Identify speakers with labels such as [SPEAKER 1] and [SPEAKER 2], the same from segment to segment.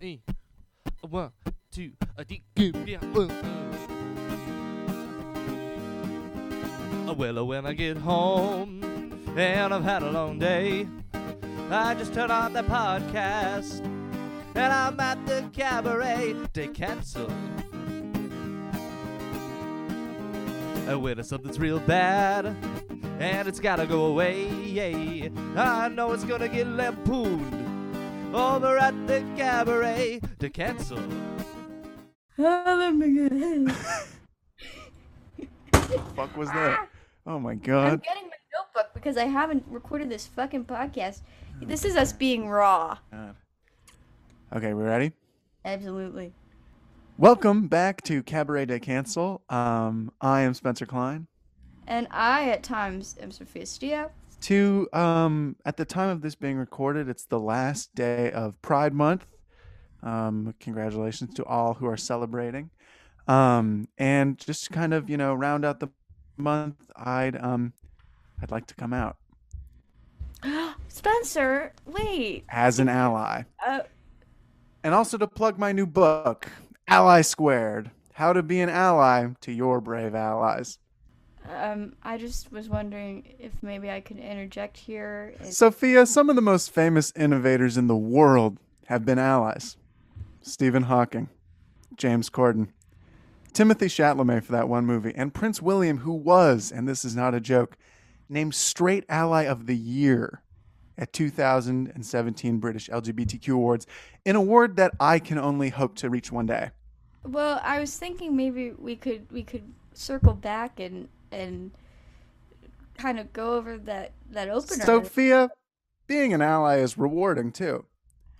[SPEAKER 1] 一，one two，啊滴给两问。Uh, Well, uh, when I get home and I've had a long day, I just turn on the podcast and I'm at the cabaret. They cancel. Uh, When something's real bad and it's gotta go away, I know it's gonna get lampooned over at the cabaret to cancel.
[SPEAKER 2] fuck was that? Oh my
[SPEAKER 3] I'm
[SPEAKER 2] god.
[SPEAKER 3] getting my notebook because I haven't recorded this fucking podcast. This is us being raw.
[SPEAKER 2] Okay, we ready?
[SPEAKER 3] Absolutely.
[SPEAKER 2] Welcome back to Cabaret de Cancel. Um, I am Spencer Klein.
[SPEAKER 3] And I, at times, am Sophia.
[SPEAKER 2] To um, at the time of this being recorded, it's the last day of Pride Month. Um, congratulations to all who are celebrating. Um, and just to kind of you know round out the month, I'd um, I'd like to come out
[SPEAKER 3] Spencer, wait.
[SPEAKER 2] as an ally.
[SPEAKER 3] Uh,
[SPEAKER 2] And also to plug my new book, Ally Squared How to Be an Ally to Your Brave Allies.
[SPEAKER 3] um, I just was wondering if maybe I could interject here. It's-
[SPEAKER 2] Sophia, some of the most famous innovators in the world have been allies Stephen Hawking, James Corden, Timothy Chalamet for that one movie, and Prince William, who was, and this is not a joke, named Straight Ally of the Year at 2017 British LGBTQ Awards, an award that I can only hope to reach one day.
[SPEAKER 3] well, I was thinking maybe we could we could circle back and and kind of go over that that opener.
[SPEAKER 2] Sophia, being an ally is rewarding too.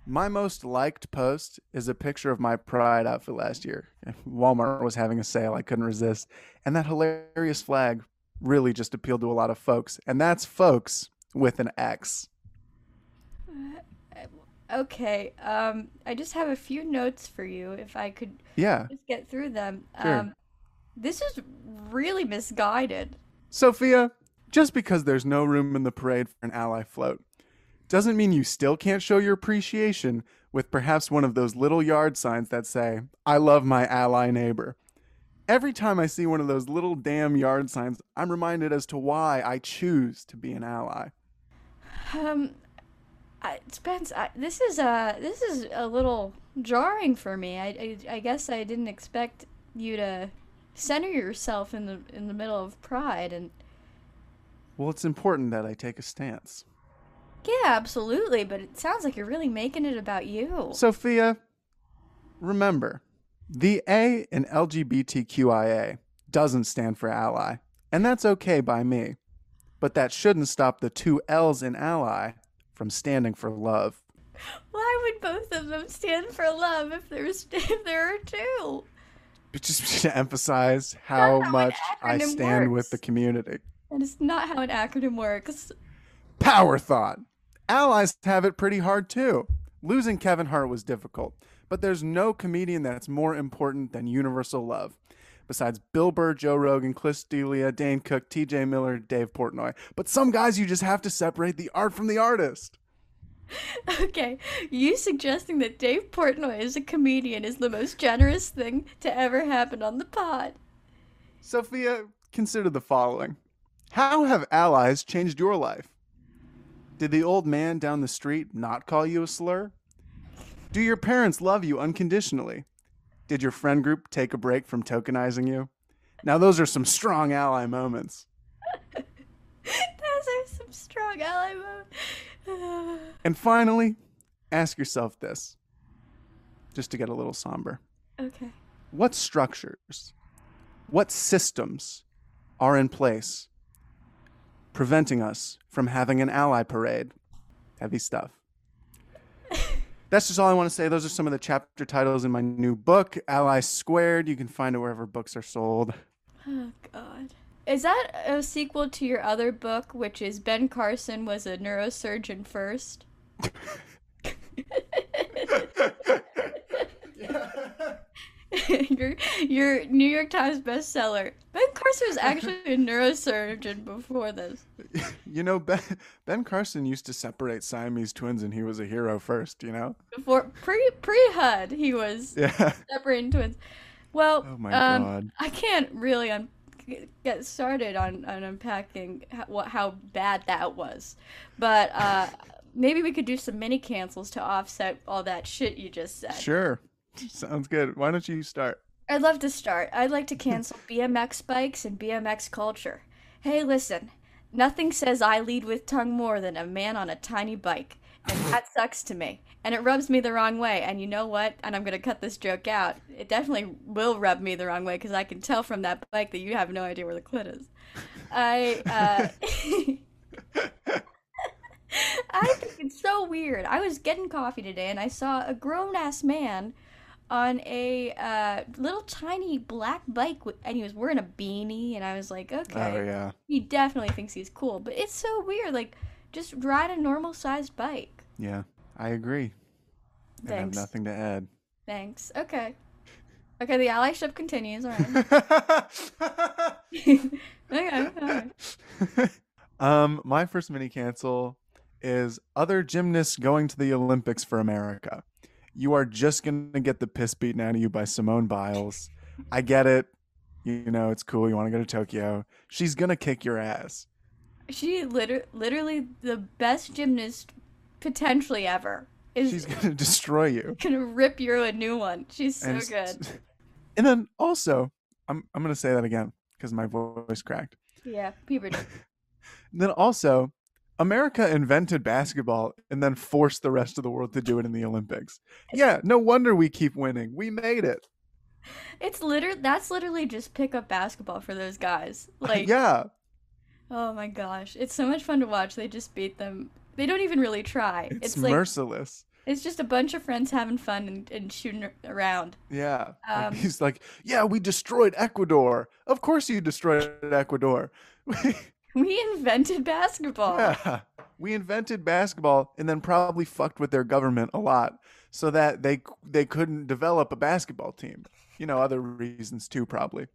[SPEAKER 2] My most liked post is a picture of my pride outfit last year. Walmart was having a sale, I couldn't resist. And that hilarious flag really just appealed to a lot of folks. And that's folks with an X.
[SPEAKER 3] okay. Um, I just have a few notes for you. If I could
[SPEAKER 2] Yeah.
[SPEAKER 3] just get through them.
[SPEAKER 2] Sure.
[SPEAKER 3] Um, this is really misguided.
[SPEAKER 2] Sophia, just because there's no room in the parade for an ally float doesn't mean you still can't show your appreciation with perhaps one of those little yard signs that say, I love my ally neighbor. Every time I see one of those little damn yard signs, I'm reminded as to why I choose to be an ally.
[SPEAKER 3] Um, I, Spence, I, this is a this is a little jarring for me. I, I I guess I didn't expect you to center yourself in the in the middle of pride and
[SPEAKER 2] Well, it's important that I take a stance.
[SPEAKER 3] yeah, absolutely. But it sounds like you're really making it about you.
[SPEAKER 2] Sophia, remember, the A in LGBTQIA doesn't stand for ally, and that's okay by me. But that shouldn't stop the two L's in ally from standing for love.
[SPEAKER 3] Why would both of them stand for love if there's if there are two?
[SPEAKER 2] But just to emphasize how
[SPEAKER 3] That's how an
[SPEAKER 2] much I
[SPEAKER 3] acronym
[SPEAKER 2] stand
[SPEAKER 3] works.
[SPEAKER 2] with the community.
[SPEAKER 3] That is not how an acronym works.
[SPEAKER 2] Power thought. Allies have it pretty hard too. Losing Kevin Hart was difficult, but there's no comedian that's more important than universal love. Besides Bill Burr, Joe Rogan, Cliff Delia, Dane Cook, TJ Miller, Dave Portnoy. But some guys you just have to separate the art from the artist.
[SPEAKER 3] Okay, you suggesting that Dave Portnoy is a comedian is the most generous thing to ever happen on the pod.
[SPEAKER 2] Sophia, consider the following How have allies changed your life? Did the old man down the street not call you a slur? Do your parents love you unconditionally? Did your friend group take a break from tokenizing you? Now, those are some strong ally moments.
[SPEAKER 3] Those are some strong ally mode.
[SPEAKER 2] And finally, ask yourself this, just to get a little somber.
[SPEAKER 3] okay.
[SPEAKER 2] what structures, what systems are in place preventing us from having an ally parade? Heavy stuff. That's just all I want to say. Those are some of the chapter titles in my new book, Ally Squared. You can find it wherever books are sold.
[SPEAKER 3] Oh God. Is that a sequel to your other book, which is Ben Carson was a neurosurgeon first? your your New York Times bestseller. Ben Carson was actually a neurosurgeon before this.
[SPEAKER 2] you know, Ben, ben Carson used to separate Siamese twins, and he was a hero first. You know?
[SPEAKER 3] Before pre pre HUD, he was
[SPEAKER 2] Yeah.
[SPEAKER 3] separating twins. Well,
[SPEAKER 2] Oh my
[SPEAKER 3] um,
[SPEAKER 2] God.
[SPEAKER 3] I can't really un- get started on, on unpacking how, what, how bad that was, but uh, maybe we could do some mini cancels to offset all that shit you just said.
[SPEAKER 2] Sure. Sounds good. Why don't you start?
[SPEAKER 3] I'd love to start. I'd like to cancel BMX bikes and BMX culture. Hey, listen, nothing says I lead with tongue more than a man on a tiny bike. And that sucks to me. And it rubs me the wrong way. And you know what? And I'm going to cut this joke out. It definitely will rub me the wrong way because I can tell from that bike that you have no idea where the clit is. I, uh,. I think it's so weird. I was getting coffee today and I saw a grown ass man on a uh, little tiny black bike wi- and he was wearing a beanie and I was like, okay,
[SPEAKER 2] Oh yeah.
[SPEAKER 3] he definitely thinks he's cool. But it's so weird. Like, just ride a normal sized bike.
[SPEAKER 2] Yeah. I agree. And I have
[SPEAKER 3] Thanks.
[SPEAKER 2] nothing to add.
[SPEAKER 3] Thanks. Okay. Okay, the allyship continues. All right. okay. All right.
[SPEAKER 2] um, my first mini cancel is other gymnasts going to the Olympics for America. You are just gonna get the piss beaten out of you by Simone Biles. I get it. You know it's cool. You want to go to Tokyo. She's gonna kick your ass.
[SPEAKER 3] She liter- literally the best gymnast potentially ever. Is
[SPEAKER 2] She's gonna destroy you.
[SPEAKER 3] gonna rip you a new one. She's so
[SPEAKER 2] And
[SPEAKER 3] good.
[SPEAKER 2] s- And then also, I'm I'm gonna say that again because my voice cracked.
[SPEAKER 3] Yeah, puberty.
[SPEAKER 2] then also, America invented basketball and then forced the rest of the world to do it in the Olympics. Yeah, no wonder we keep winning. We made it.
[SPEAKER 3] It's liter. That's literally just pick up basketball for those guys. Like,
[SPEAKER 2] yeah,
[SPEAKER 3] oh my gosh, it's so much fun to watch. They just beat them. They don't even really try.
[SPEAKER 2] it's,
[SPEAKER 3] It's, like
[SPEAKER 2] merciless.
[SPEAKER 3] it's just a bunch of friends having fun and, and shooting ar- around.
[SPEAKER 2] Yeah.
[SPEAKER 3] Um,
[SPEAKER 2] like, he's like, yeah, we destroyed Ecuador. Of course you destroyed Ecuador.
[SPEAKER 3] We invented basketball.
[SPEAKER 2] yeah. We invented basketball and then probably fucked with their government a lot so that they they couldn't develop a basketball team. You know, other reasons too probably.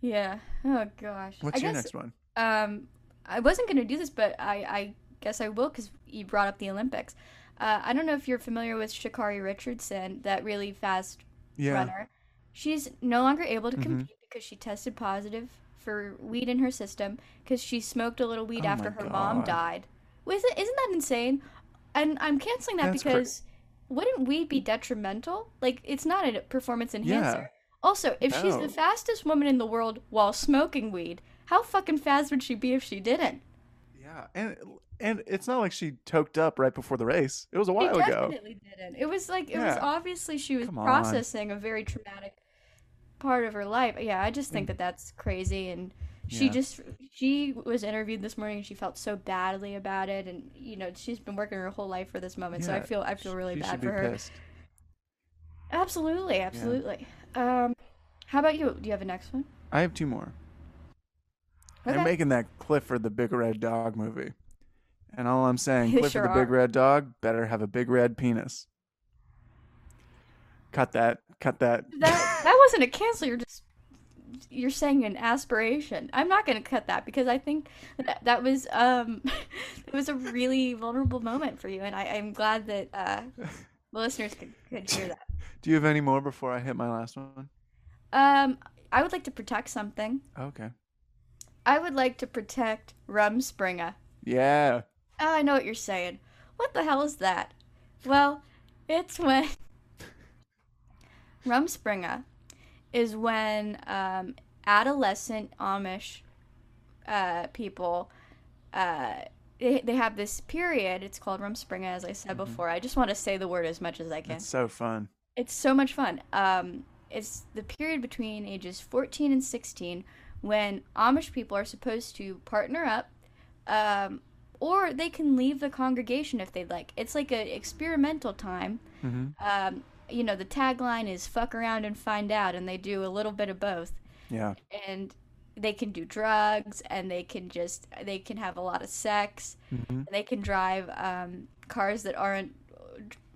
[SPEAKER 3] Yeah. Oh gosh.
[SPEAKER 2] What's
[SPEAKER 3] I
[SPEAKER 2] your
[SPEAKER 3] guess
[SPEAKER 2] next one?
[SPEAKER 3] um, I wasn't gonna do this, but I I guess I will because you brought up the Olympics. Uh, I don't know if you're familiar with Shakari Richardson, that really fast
[SPEAKER 2] Yeah.
[SPEAKER 3] runner. She's no longer able to
[SPEAKER 2] Mhm.
[SPEAKER 3] compete because she tested positive for weed in her system because she smoked a little weed
[SPEAKER 2] Oh
[SPEAKER 3] after
[SPEAKER 2] my
[SPEAKER 3] her mom
[SPEAKER 2] God.
[SPEAKER 3] died. Was it, isn't that insane? And I'm canceling that
[SPEAKER 2] That's cra-
[SPEAKER 3] because wouldn't weed be detrimental? Like it's not a performance enhancer.
[SPEAKER 2] Yeah.
[SPEAKER 3] Also, if she's
[SPEAKER 2] No.
[SPEAKER 3] the fastest woman in the world while smoking weed, how fucking fast would she be if she didn't?
[SPEAKER 2] Yeah, and and it's not like she toked up right before the race. It was a
[SPEAKER 3] She
[SPEAKER 2] while ago.
[SPEAKER 3] definitely didn't. It was like it was
[SPEAKER 2] Yeah.
[SPEAKER 3] obviously she was
[SPEAKER 2] Come on.
[SPEAKER 3] processing a very traumatic part of her life. Yeah, I just think that that's crazy and she
[SPEAKER 2] Mm. Yeah.
[SPEAKER 3] just she was interviewed this morning and she felt so badly about it and you know she's been working her whole life for this moment so i
[SPEAKER 2] Yeah,
[SPEAKER 3] feel i feel really
[SPEAKER 2] She should
[SPEAKER 3] bad
[SPEAKER 2] be
[SPEAKER 3] for her
[SPEAKER 2] pissed.
[SPEAKER 3] absolutely absolutely um how about you do you have a next one
[SPEAKER 2] I have two more. They're making that Clifford the Big Red Dog movie, and all I'm saying,
[SPEAKER 3] They
[SPEAKER 2] Clifford
[SPEAKER 3] sure
[SPEAKER 2] the Big
[SPEAKER 3] are.
[SPEAKER 2] Red Dog better have a big red penis. Cut that! Cut that!
[SPEAKER 3] that that wasn't a cancel. You're just you're saying an aspiration. I'm not going to cut that because I think that that was um it was a really vulnerable moment for you, and I, I'm glad that uh, the listeners could, could hear that.
[SPEAKER 2] Do you have any more before I hit my last one?
[SPEAKER 3] Um, I would like to protect something.
[SPEAKER 2] Okay.
[SPEAKER 3] I would like to protect Rumspringa.
[SPEAKER 2] Yeah.
[SPEAKER 3] Oh, I know what you're saying. What the hell is that? Well, it's when Rumspringa is when um, adolescent Amish uh, people uh, they, they have this period. It's called Rumspringa, as I said before. I just want to say the word as much as I can.
[SPEAKER 2] It's so fun.
[SPEAKER 3] It's so much fun. Um, it's the period between ages 14 and 16 when Amish people are supposed to partner up, um, or they can leave the congregation if they'd like. It's like an experimental time.
[SPEAKER 2] Mhm.
[SPEAKER 3] Um, you know, the tagline is fuck around and find out, and they do a little bit of both
[SPEAKER 2] Yeah.
[SPEAKER 3] and they can do drugs and they can just they can have a lot of sex
[SPEAKER 2] Mhm.
[SPEAKER 3] they can drive um, cars that aren't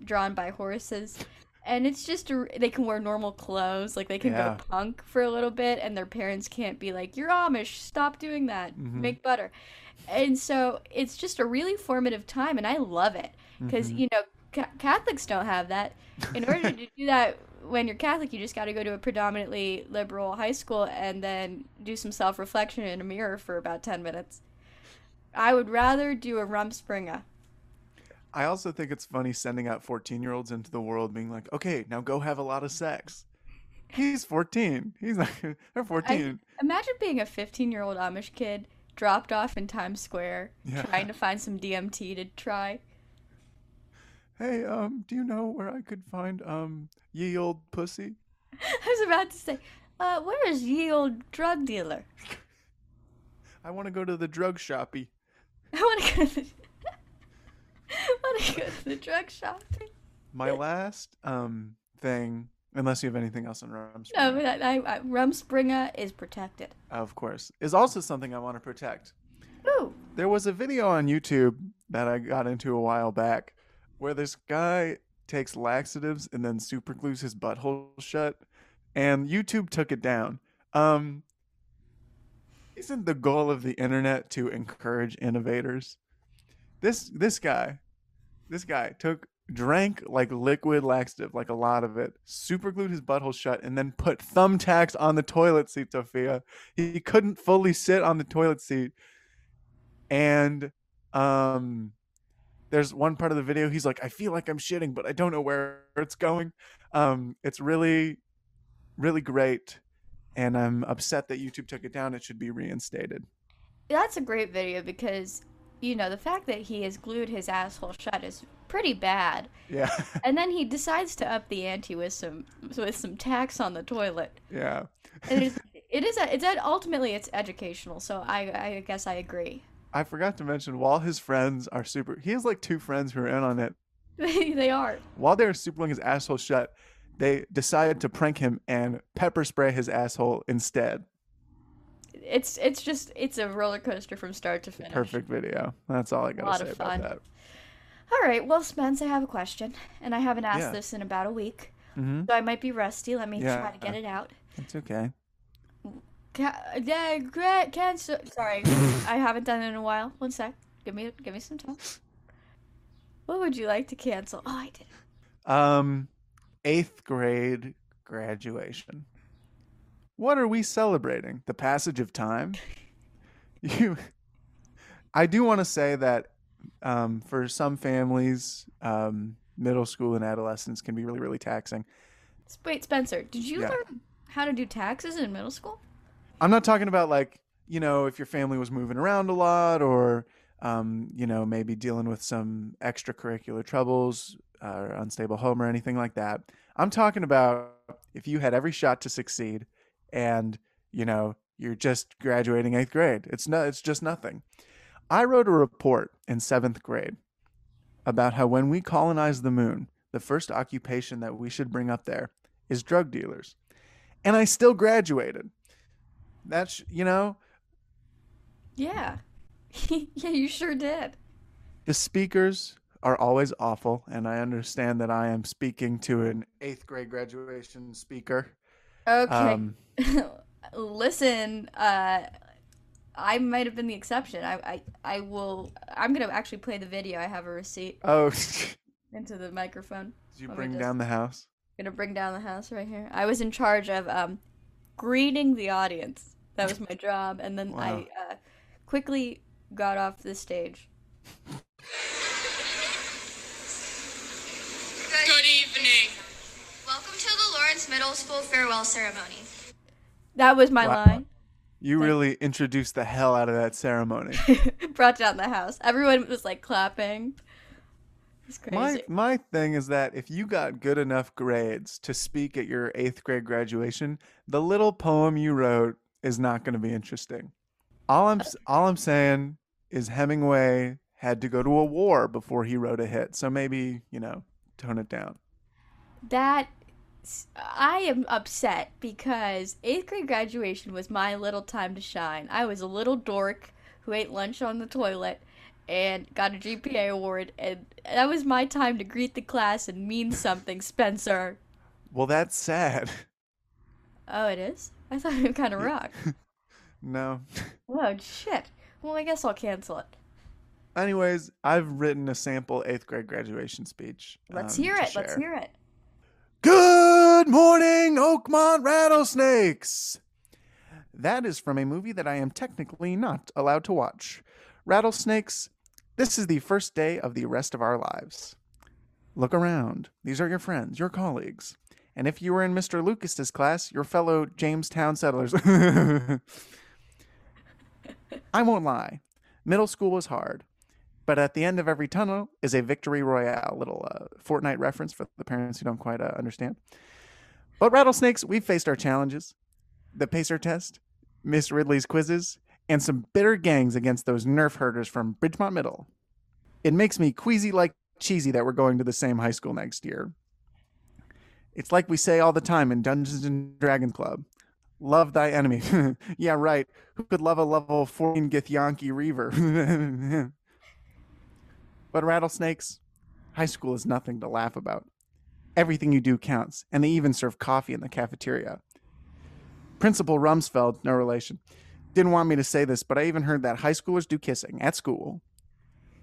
[SPEAKER 3] drawn by horses and it's just a, they can wear normal clothes, like they can
[SPEAKER 2] Yeah.
[SPEAKER 3] go punk for a little bit, and their parents can't be like, "You're Amish, stop doing that, make butter." And so it's just a really formative time, and I love it
[SPEAKER 2] mm-hmm.
[SPEAKER 3] because you know ca- Catholics don't have that. In order to do that, when you're Catholic, you just got to go to a predominantly liberal high school and then do some self reflection in a mirror for about ten minutes. I would rather do a rumspringa.
[SPEAKER 2] I also think it's funny sending out 14 year olds into the world being like, okay, now go have a lot of sex. He's 14. He's not, they're 14.
[SPEAKER 3] Imagine being a 15 year old Amish kid dropped off in Times Square
[SPEAKER 2] Yeah.
[SPEAKER 3] trying to find some DMT to try.
[SPEAKER 2] hey, um, do you know where I could find, um, ye old pussy?
[SPEAKER 3] I was about to say, uh, where is ye old drug dealer?
[SPEAKER 2] I want to go to the drug shoppy.
[SPEAKER 3] I want to go to the. want to go to the drug shop.
[SPEAKER 2] My last, um, thing, unless you have anything else on Rumspringa,
[SPEAKER 3] No, but I, I, I, Rumspringa is protected.
[SPEAKER 2] of course, is also something I want to protect.
[SPEAKER 3] Ooh,
[SPEAKER 2] There was a video on YouTube that I got into a while back where this guy takes laxatives and then super glues his butthole shut, and YouTube took it down. Um, isn't the goal of the internet to encourage innovators? This this guy, this guy took drank like liquid laxative, like a lot of it, super glued his butthole shut, and then put thumbtacks on the toilet seat. Sophia, he couldn't fully sit on the toilet seat and um there's one part of the video he's like i feel like i'm shitting but i don't know where it's going um it's really really great and i'm upset that youtube took it down it should be reinstated
[SPEAKER 3] that's a great video because, you know, the fact that he has glued his asshole shut is pretty bad.
[SPEAKER 2] yeah
[SPEAKER 3] And then he decides to up the ante with some with some tax on the toilet.
[SPEAKER 2] yeah
[SPEAKER 3] it is it is a, it's a, ultimately it's educational so i i guess i agree
[SPEAKER 2] i forgot to mention while his friends are super he has like two friends who are in on it
[SPEAKER 3] they are
[SPEAKER 2] while they're supering his asshole shut they decide to prank him and pepper spray his asshole instead
[SPEAKER 3] it's it's just it's a roller coaster from start to finish
[SPEAKER 2] perfect video that's all i
[SPEAKER 3] Lot
[SPEAKER 2] gotta
[SPEAKER 3] of
[SPEAKER 2] say
[SPEAKER 3] fun.
[SPEAKER 2] about that
[SPEAKER 3] all right well spence i have a question and i haven't asked
[SPEAKER 2] Yeah.
[SPEAKER 3] this in about a week
[SPEAKER 2] mm-hmm.
[SPEAKER 3] so i might be rusty let me
[SPEAKER 2] Yeah. uh,
[SPEAKER 3] try to get it out
[SPEAKER 2] it's okay
[SPEAKER 3] Ca- yeah, great cancer sorry i haven't done it in a while one sec give me give me some time what would you like to cancel oh i did it.
[SPEAKER 2] Um, eighth grade graduation. What are we celebrating? The passage of time. You, I do want to say that um, for some families, um, middle school and adolescence can be really, really taxing.
[SPEAKER 3] S- wait spencer did you
[SPEAKER 2] Yeah.
[SPEAKER 3] learn how to do taxes in middle school
[SPEAKER 2] I'm not talking about like you know if your family was moving around a lot or um, you know maybe dealing with some extracurricular troubles uh, or unstable home or anything like that. I'm talking about if you had every shot to succeed and you know you're just graduating eighth grade. It's no, it's just nothing. I wrote a report in seventh grade about how when we colonize the moon, the first occupation that we should bring up there is drug dealers, and I still graduated. That's you know
[SPEAKER 3] yeah yeah you sure did
[SPEAKER 2] the speakers are always awful, and I understand that I am speaking to an eighth grade graduation speaker.
[SPEAKER 3] Okay.
[SPEAKER 2] Um,
[SPEAKER 3] Listen, uh, I might have been the exception. I, I, I will. I'm gonna actually play the video. I have a receipt
[SPEAKER 2] oh, did
[SPEAKER 3] into the microphone. Let
[SPEAKER 2] you
[SPEAKER 3] me
[SPEAKER 2] bring
[SPEAKER 3] just-
[SPEAKER 2] down the house?
[SPEAKER 3] gonna bring down the house right here. I was in charge of um, greeting the audience. That was my job, and then
[SPEAKER 2] Wow.
[SPEAKER 3] I uh, quickly got off the stage.
[SPEAKER 4] Good evening.
[SPEAKER 5] Welcome to the Lawrence Middle School farewell ceremony.
[SPEAKER 3] That was my
[SPEAKER 2] Wow.
[SPEAKER 3] line.
[SPEAKER 2] You really introduced the hell out of that ceremony.
[SPEAKER 3] Brought down the house. Everyone was like clapping. It's crazy.
[SPEAKER 2] my my thing is that if you got good enough grades to speak at your eighth grade graduation, the little poem you wrote is not going to be interesting. All I'm s- all I'm saying is Hemingway had to go to a war before he wrote a hit, so maybe you know tone it down.
[SPEAKER 3] That I am upset because eighth grade graduation was my little time to shine. I was a little dork who ate lunch on the toilet and got a GPA award, and that was my time to greet the class and mean something, Spencer.
[SPEAKER 2] Well, that's sad.
[SPEAKER 3] Oh, it is? I thought it kind of rocked.
[SPEAKER 2] No.
[SPEAKER 3] Whoa, shit. Well, I guess I'll cancel it.
[SPEAKER 2] Anyways, I've written a sample eighth grade graduation speech.
[SPEAKER 3] Let's
[SPEAKER 2] um,
[SPEAKER 3] hear
[SPEAKER 2] to
[SPEAKER 3] it. Let's
[SPEAKER 2] share.
[SPEAKER 3] hear it.
[SPEAKER 2] Good morning, Oakmont Rattlesnakes! That is from a movie that I am technically not allowed to watch. Rattlesnakes, this is the first day of the rest of our lives. Look around. These are your friends, your colleagues. And if you were in Mr. Lucas's class, your fellow Jamestown settlers. I won't lie. Middle school was hard. But at the end of every tunnel is a victory royale, little uh, Fortnite reference for the parents who don't quite uh, understand. But rattlesnakes, we've faced our challenges, the pacer test, Miss Ridley's quizzes, and some bitter gangs against those nerf herders from Bridgemont Middle. It makes me queasy like cheesy that we're going to the same high school next year. It's like we say all the time in Dungeons and Dragons Club. Love thy enemy. yeah, right. Who could love a level 14 Githyanki Reaver? But rattlesnakes, high school is nothing to laugh about. Everything you do counts, and they even serve coffee in the cafeteria. Principal Rumsfeld, no relation, didn't want me to say this, but I even heard that high schoolers do kissing at school.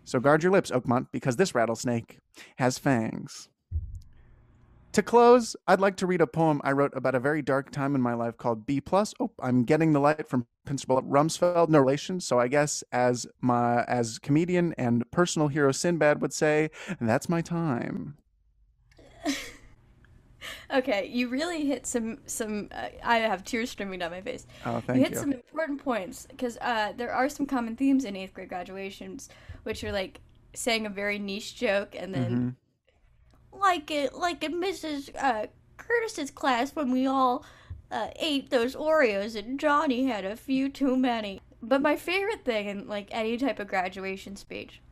[SPEAKER 2] So guard your lips, Oakmont, because this rattlesnake has fangs. To close, I'd like to read a poem I wrote about a very dark time in my life called B plus. Oh, I'm getting the light from Principal Rumsfeld, no relation. So I guess as my as comedian and personal hero Sinbad would say, that's my time.
[SPEAKER 3] Okay, you really hit some some. Uh, I have tears streaming down my face.
[SPEAKER 2] Oh,
[SPEAKER 3] you
[SPEAKER 2] thank
[SPEAKER 3] hit
[SPEAKER 2] you.
[SPEAKER 3] some important points because uh, there are some common themes in eighth grade graduations, which are like saying a very niche joke and then
[SPEAKER 2] Mm-hmm.
[SPEAKER 3] like it like in Mrs. Uh, Curtis's class when we all uh, ate those Oreos and Johnny had a few too many. But my favorite thing in like any type of graduation speech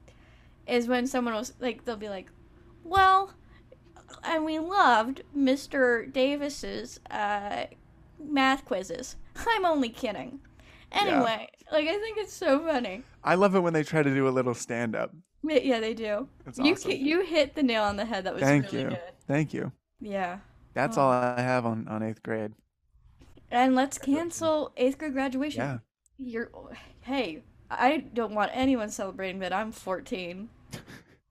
[SPEAKER 3] is when someone will s- like they'll be like, well. And we loved Mr. Davis's uh, math quizzes. I'm only kidding. Anyway, like I think it's so funny.
[SPEAKER 2] I love it when they try to do a little stand up.
[SPEAKER 3] Yeah, yeah, they do.
[SPEAKER 2] That's
[SPEAKER 3] you
[SPEAKER 2] awesome.
[SPEAKER 3] ki- you hit the nail on the head. That was
[SPEAKER 2] Thank
[SPEAKER 3] really
[SPEAKER 2] you.
[SPEAKER 3] good.
[SPEAKER 2] Thank you.
[SPEAKER 3] Yeah.
[SPEAKER 2] That's all I have on, on eighth grade.
[SPEAKER 3] And let's cancel eighth grade graduation.
[SPEAKER 2] Yeah.
[SPEAKER 3] You're hey, I don't want anyone celebrating that I'm 14.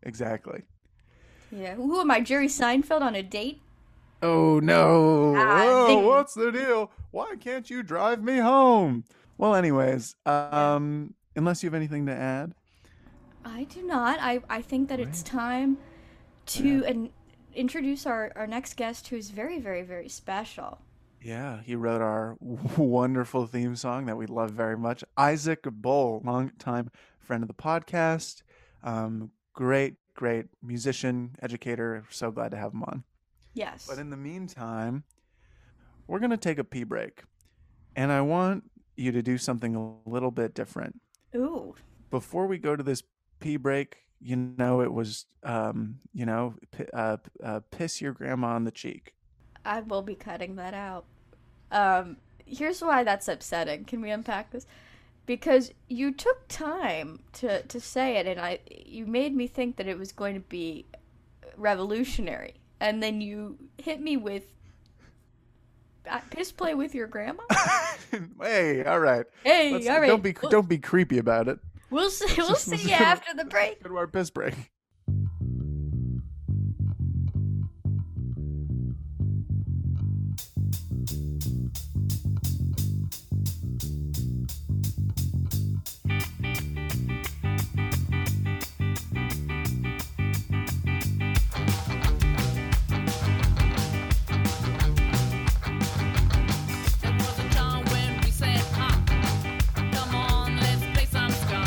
[SPEAKER 2] Exactly.
[SPEAKER 3] Yeah. Who am I, Jerry Seinfeld on a date?
[SPEAKER 2] Oh no!
[SPEAKER 3] Ah,
[SPEAKER 2] Whoa,
[SPEAKER 3] ding.
[SPEAKER 2] what's the deal? Why can't you drive me home? Well, anyways, um, unless you have anything to add,
[SPEAKER 3] I do not. I, I think that it's time to and introduce our, our next guest who's very, very, very special.
[SPEAKER 2] yeah, he wrote our wonderful theme song that we love very much. Isaac Bowl, longtime friend of the podcast, um, great, great musician, educator. So glad to have him on.
[SPEAKER 3] Yes.
[SPEAKER 2] But in the meantime, we're gonna take a pee break, and I want you to do something a little bit different.
[SPEAKER 3] Ooh.
[SPEAKER 2] before we go to this pee break, you know, it was, um, you know, p- uh, p- uh, piss your grandma on the cheek.
[SPEAKER 3] I will be cutting that out. Um, here's why that's upsetting. Can we unpack this? Because you took time to, to say it, and I you made me think that it was going to be revolutionary, and then you hit me with uh, piss play with your grandma.
[SPEAKER 2] hey, all right.
[SPEAKER 3] Hey,
[SPEAKER 2] Let's-
[SPEAKER 3] all right.
[SPEAKER 2] Don't be
[SPEAKER 3] We'll-
[SPEAKER 2] don't be creepy about it.
[SPEAKER 3] We'll see. We'll see you after the break.
[SPEAKER 2] Go to our piss break.
[SPEAKER 4] There was a time when we said, "Ah, come on, let's play some ska."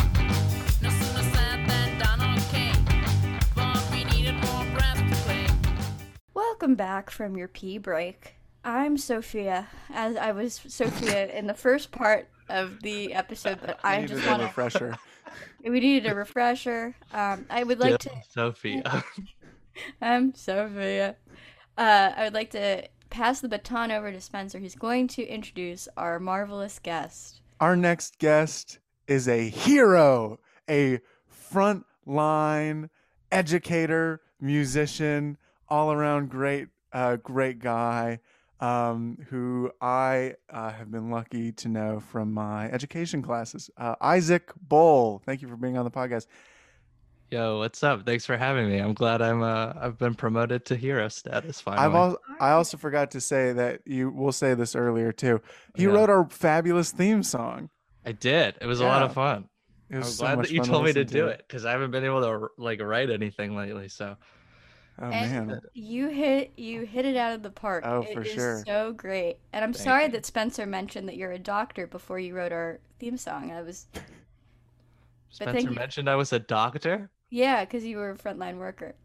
[SPEAKER 4] No sooner said than done. Okay, but we needed more brass to play.
[SPEAKER 3] Welcome back from your pee break. I'm Sophia, as I was Sophia in the first part of the episode, but I,
[SPEAKER 2] Needed
[SPEAKER 3] just
[SPEAKER 2] a
[SPEAKER 3] want to
[SPEAKER 2] refresher.
[SPEAKER 3] We needed a refresher. Um, I would like to.
[SPEAKER 1] Sophie.
[SPEAKER 3] I'm Sophia. Uh, I would like to pass the baton over to Spencer. He's going to introduce our marvelous guest.
[SPEAKER 2] Our next guest is a hero, a front line educator, musician, all around great, uh, great guy um, who I uh, have been lucky to know from my education classes. Uh, Isaac Bowl, thank you for being on the podcast.
[SPEAKER 6] Yo, what's up? Thanks for having me. I'm glad I'm uh I've been promoted to hero status finally.
[SPEAKER 2] I've also, I also forgot to say that you will say this earlier too. He
[SPEAKER 6] Yeah.
[SPEAKER 2] wrote our fabulous theme song.
[SPEAKER 6] I did. It was a lot
[SPEAKER 2] Yeah.
[SPEAKER 6] of fun.
[SPEAKER 2] It
[SPEAKER 6] I'm
[SPEAKER 2] was so
[SPEAKER 6] glad
[SPEAKER 2] much
[SPEAKER 6] that you
[SPEAKER 2] fun
[SPEAKER 6] told me to
[SPEAKER 2] listen
[SPEAKER 6] do it because I haven't been able to like write anything lately. So
[SPEAKER 2] Oh
[SPEAKER 3] And-
[SPEAKER 2] man,
[SPEAKER 3] You hit you hit it out of the park.
[SPEAKER 2] Oh,
[SPEAKER 3] It
[SPEAKER 2] for
[SPEAKER 3] is
[SPEAKER 2] sure.
[SPEAKER 3] so great. And I'm
[SPEAKER 6] Thank
[SPEAKER 3] sorry
[SPEAKER 6] you.
[SPEAKER 3] that Spencer mentioned that you're a doctor before you wrote our theme song. I was thank
[SPEAKER 6] Spencer
[SPEAKER 3] you.
[SPEAKER 6] mentioned I was a doctor.
[SPEAKER 3] yeah, because you were a frontline worker.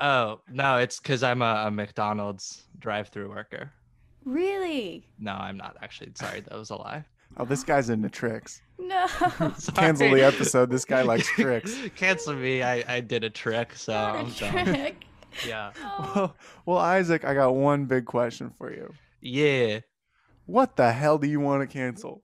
[SPEAKER 6] Oh no, it's because I'm a, a McDonald's drive-through worker.
[SPEAKER 3] Really?
[SPEAKER 6] No, I'm not actually. Sorry, that was a lie.
[SPEAKER 2] oh this guy's into tricks.
[SPEAKER 3] No.
[SPEAKER 2] Cancel
[SPEAKER 6] Sorry.
[SPEAKER 2] the episode. This guy likes tricks.
[SPEAKER 6] Cancel me. I, I did a trick, so
[SPEAKER 3] Not
[SPEAKER 6] I'm
[SPEAKER 3] a
[SPEAKER 6] done.
[SPEAKER 3] trick.
[SPEAKER 6] Yeah.
[SPEAKER 3] Oh,
[SPEAKER 2] Well, well, Isaac, I got one big question for you.
[SPEAKER 6] Yeah.
[SPEAKER 2] What the hell do you want to cancel?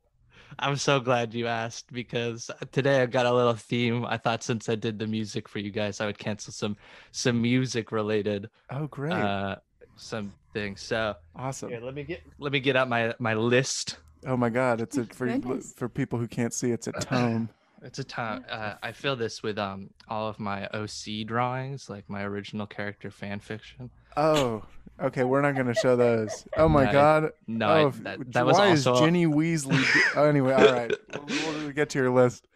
[SPEAKER 6] I'm so glad you asked because today I've got a little theme. I thought since I did the music for you guys, I would cancel some some music related
[SPEAKER 2] Oh, great,
[SPEAKER 6] uh some things. So
[SPEAKER 2] awesome!
[SPEAKER 6] here, let me get let me get out my my list.
[SPEAKER 2] Oh my God, it's a, for
[SPEAKER 3] Goodness.
[SPEAKER 2] for people who can't see, it's a tome.
[SPEAKER 6] It's a time. Uh, I fill this with um all of my OC drawings, like my original character fan fiction.
[SPEAKER 2] Oh, okay, we're not going to show those. Oh my
[SPEAKER 6] No,
[SPEAKER 2] God,
[SPEAKER 6] No,
[SPEAKER 2] oh,
[SPEAKER 6] I,
[SPEAKER 2] if-
[SPEAKER 6] that, that was
[SPEAKER 2] why is
[SPEAKER 6] also
[SPEAKER 2] Ginny Weasley? do- oh, anyway, all right, we'll, we'll get to your list.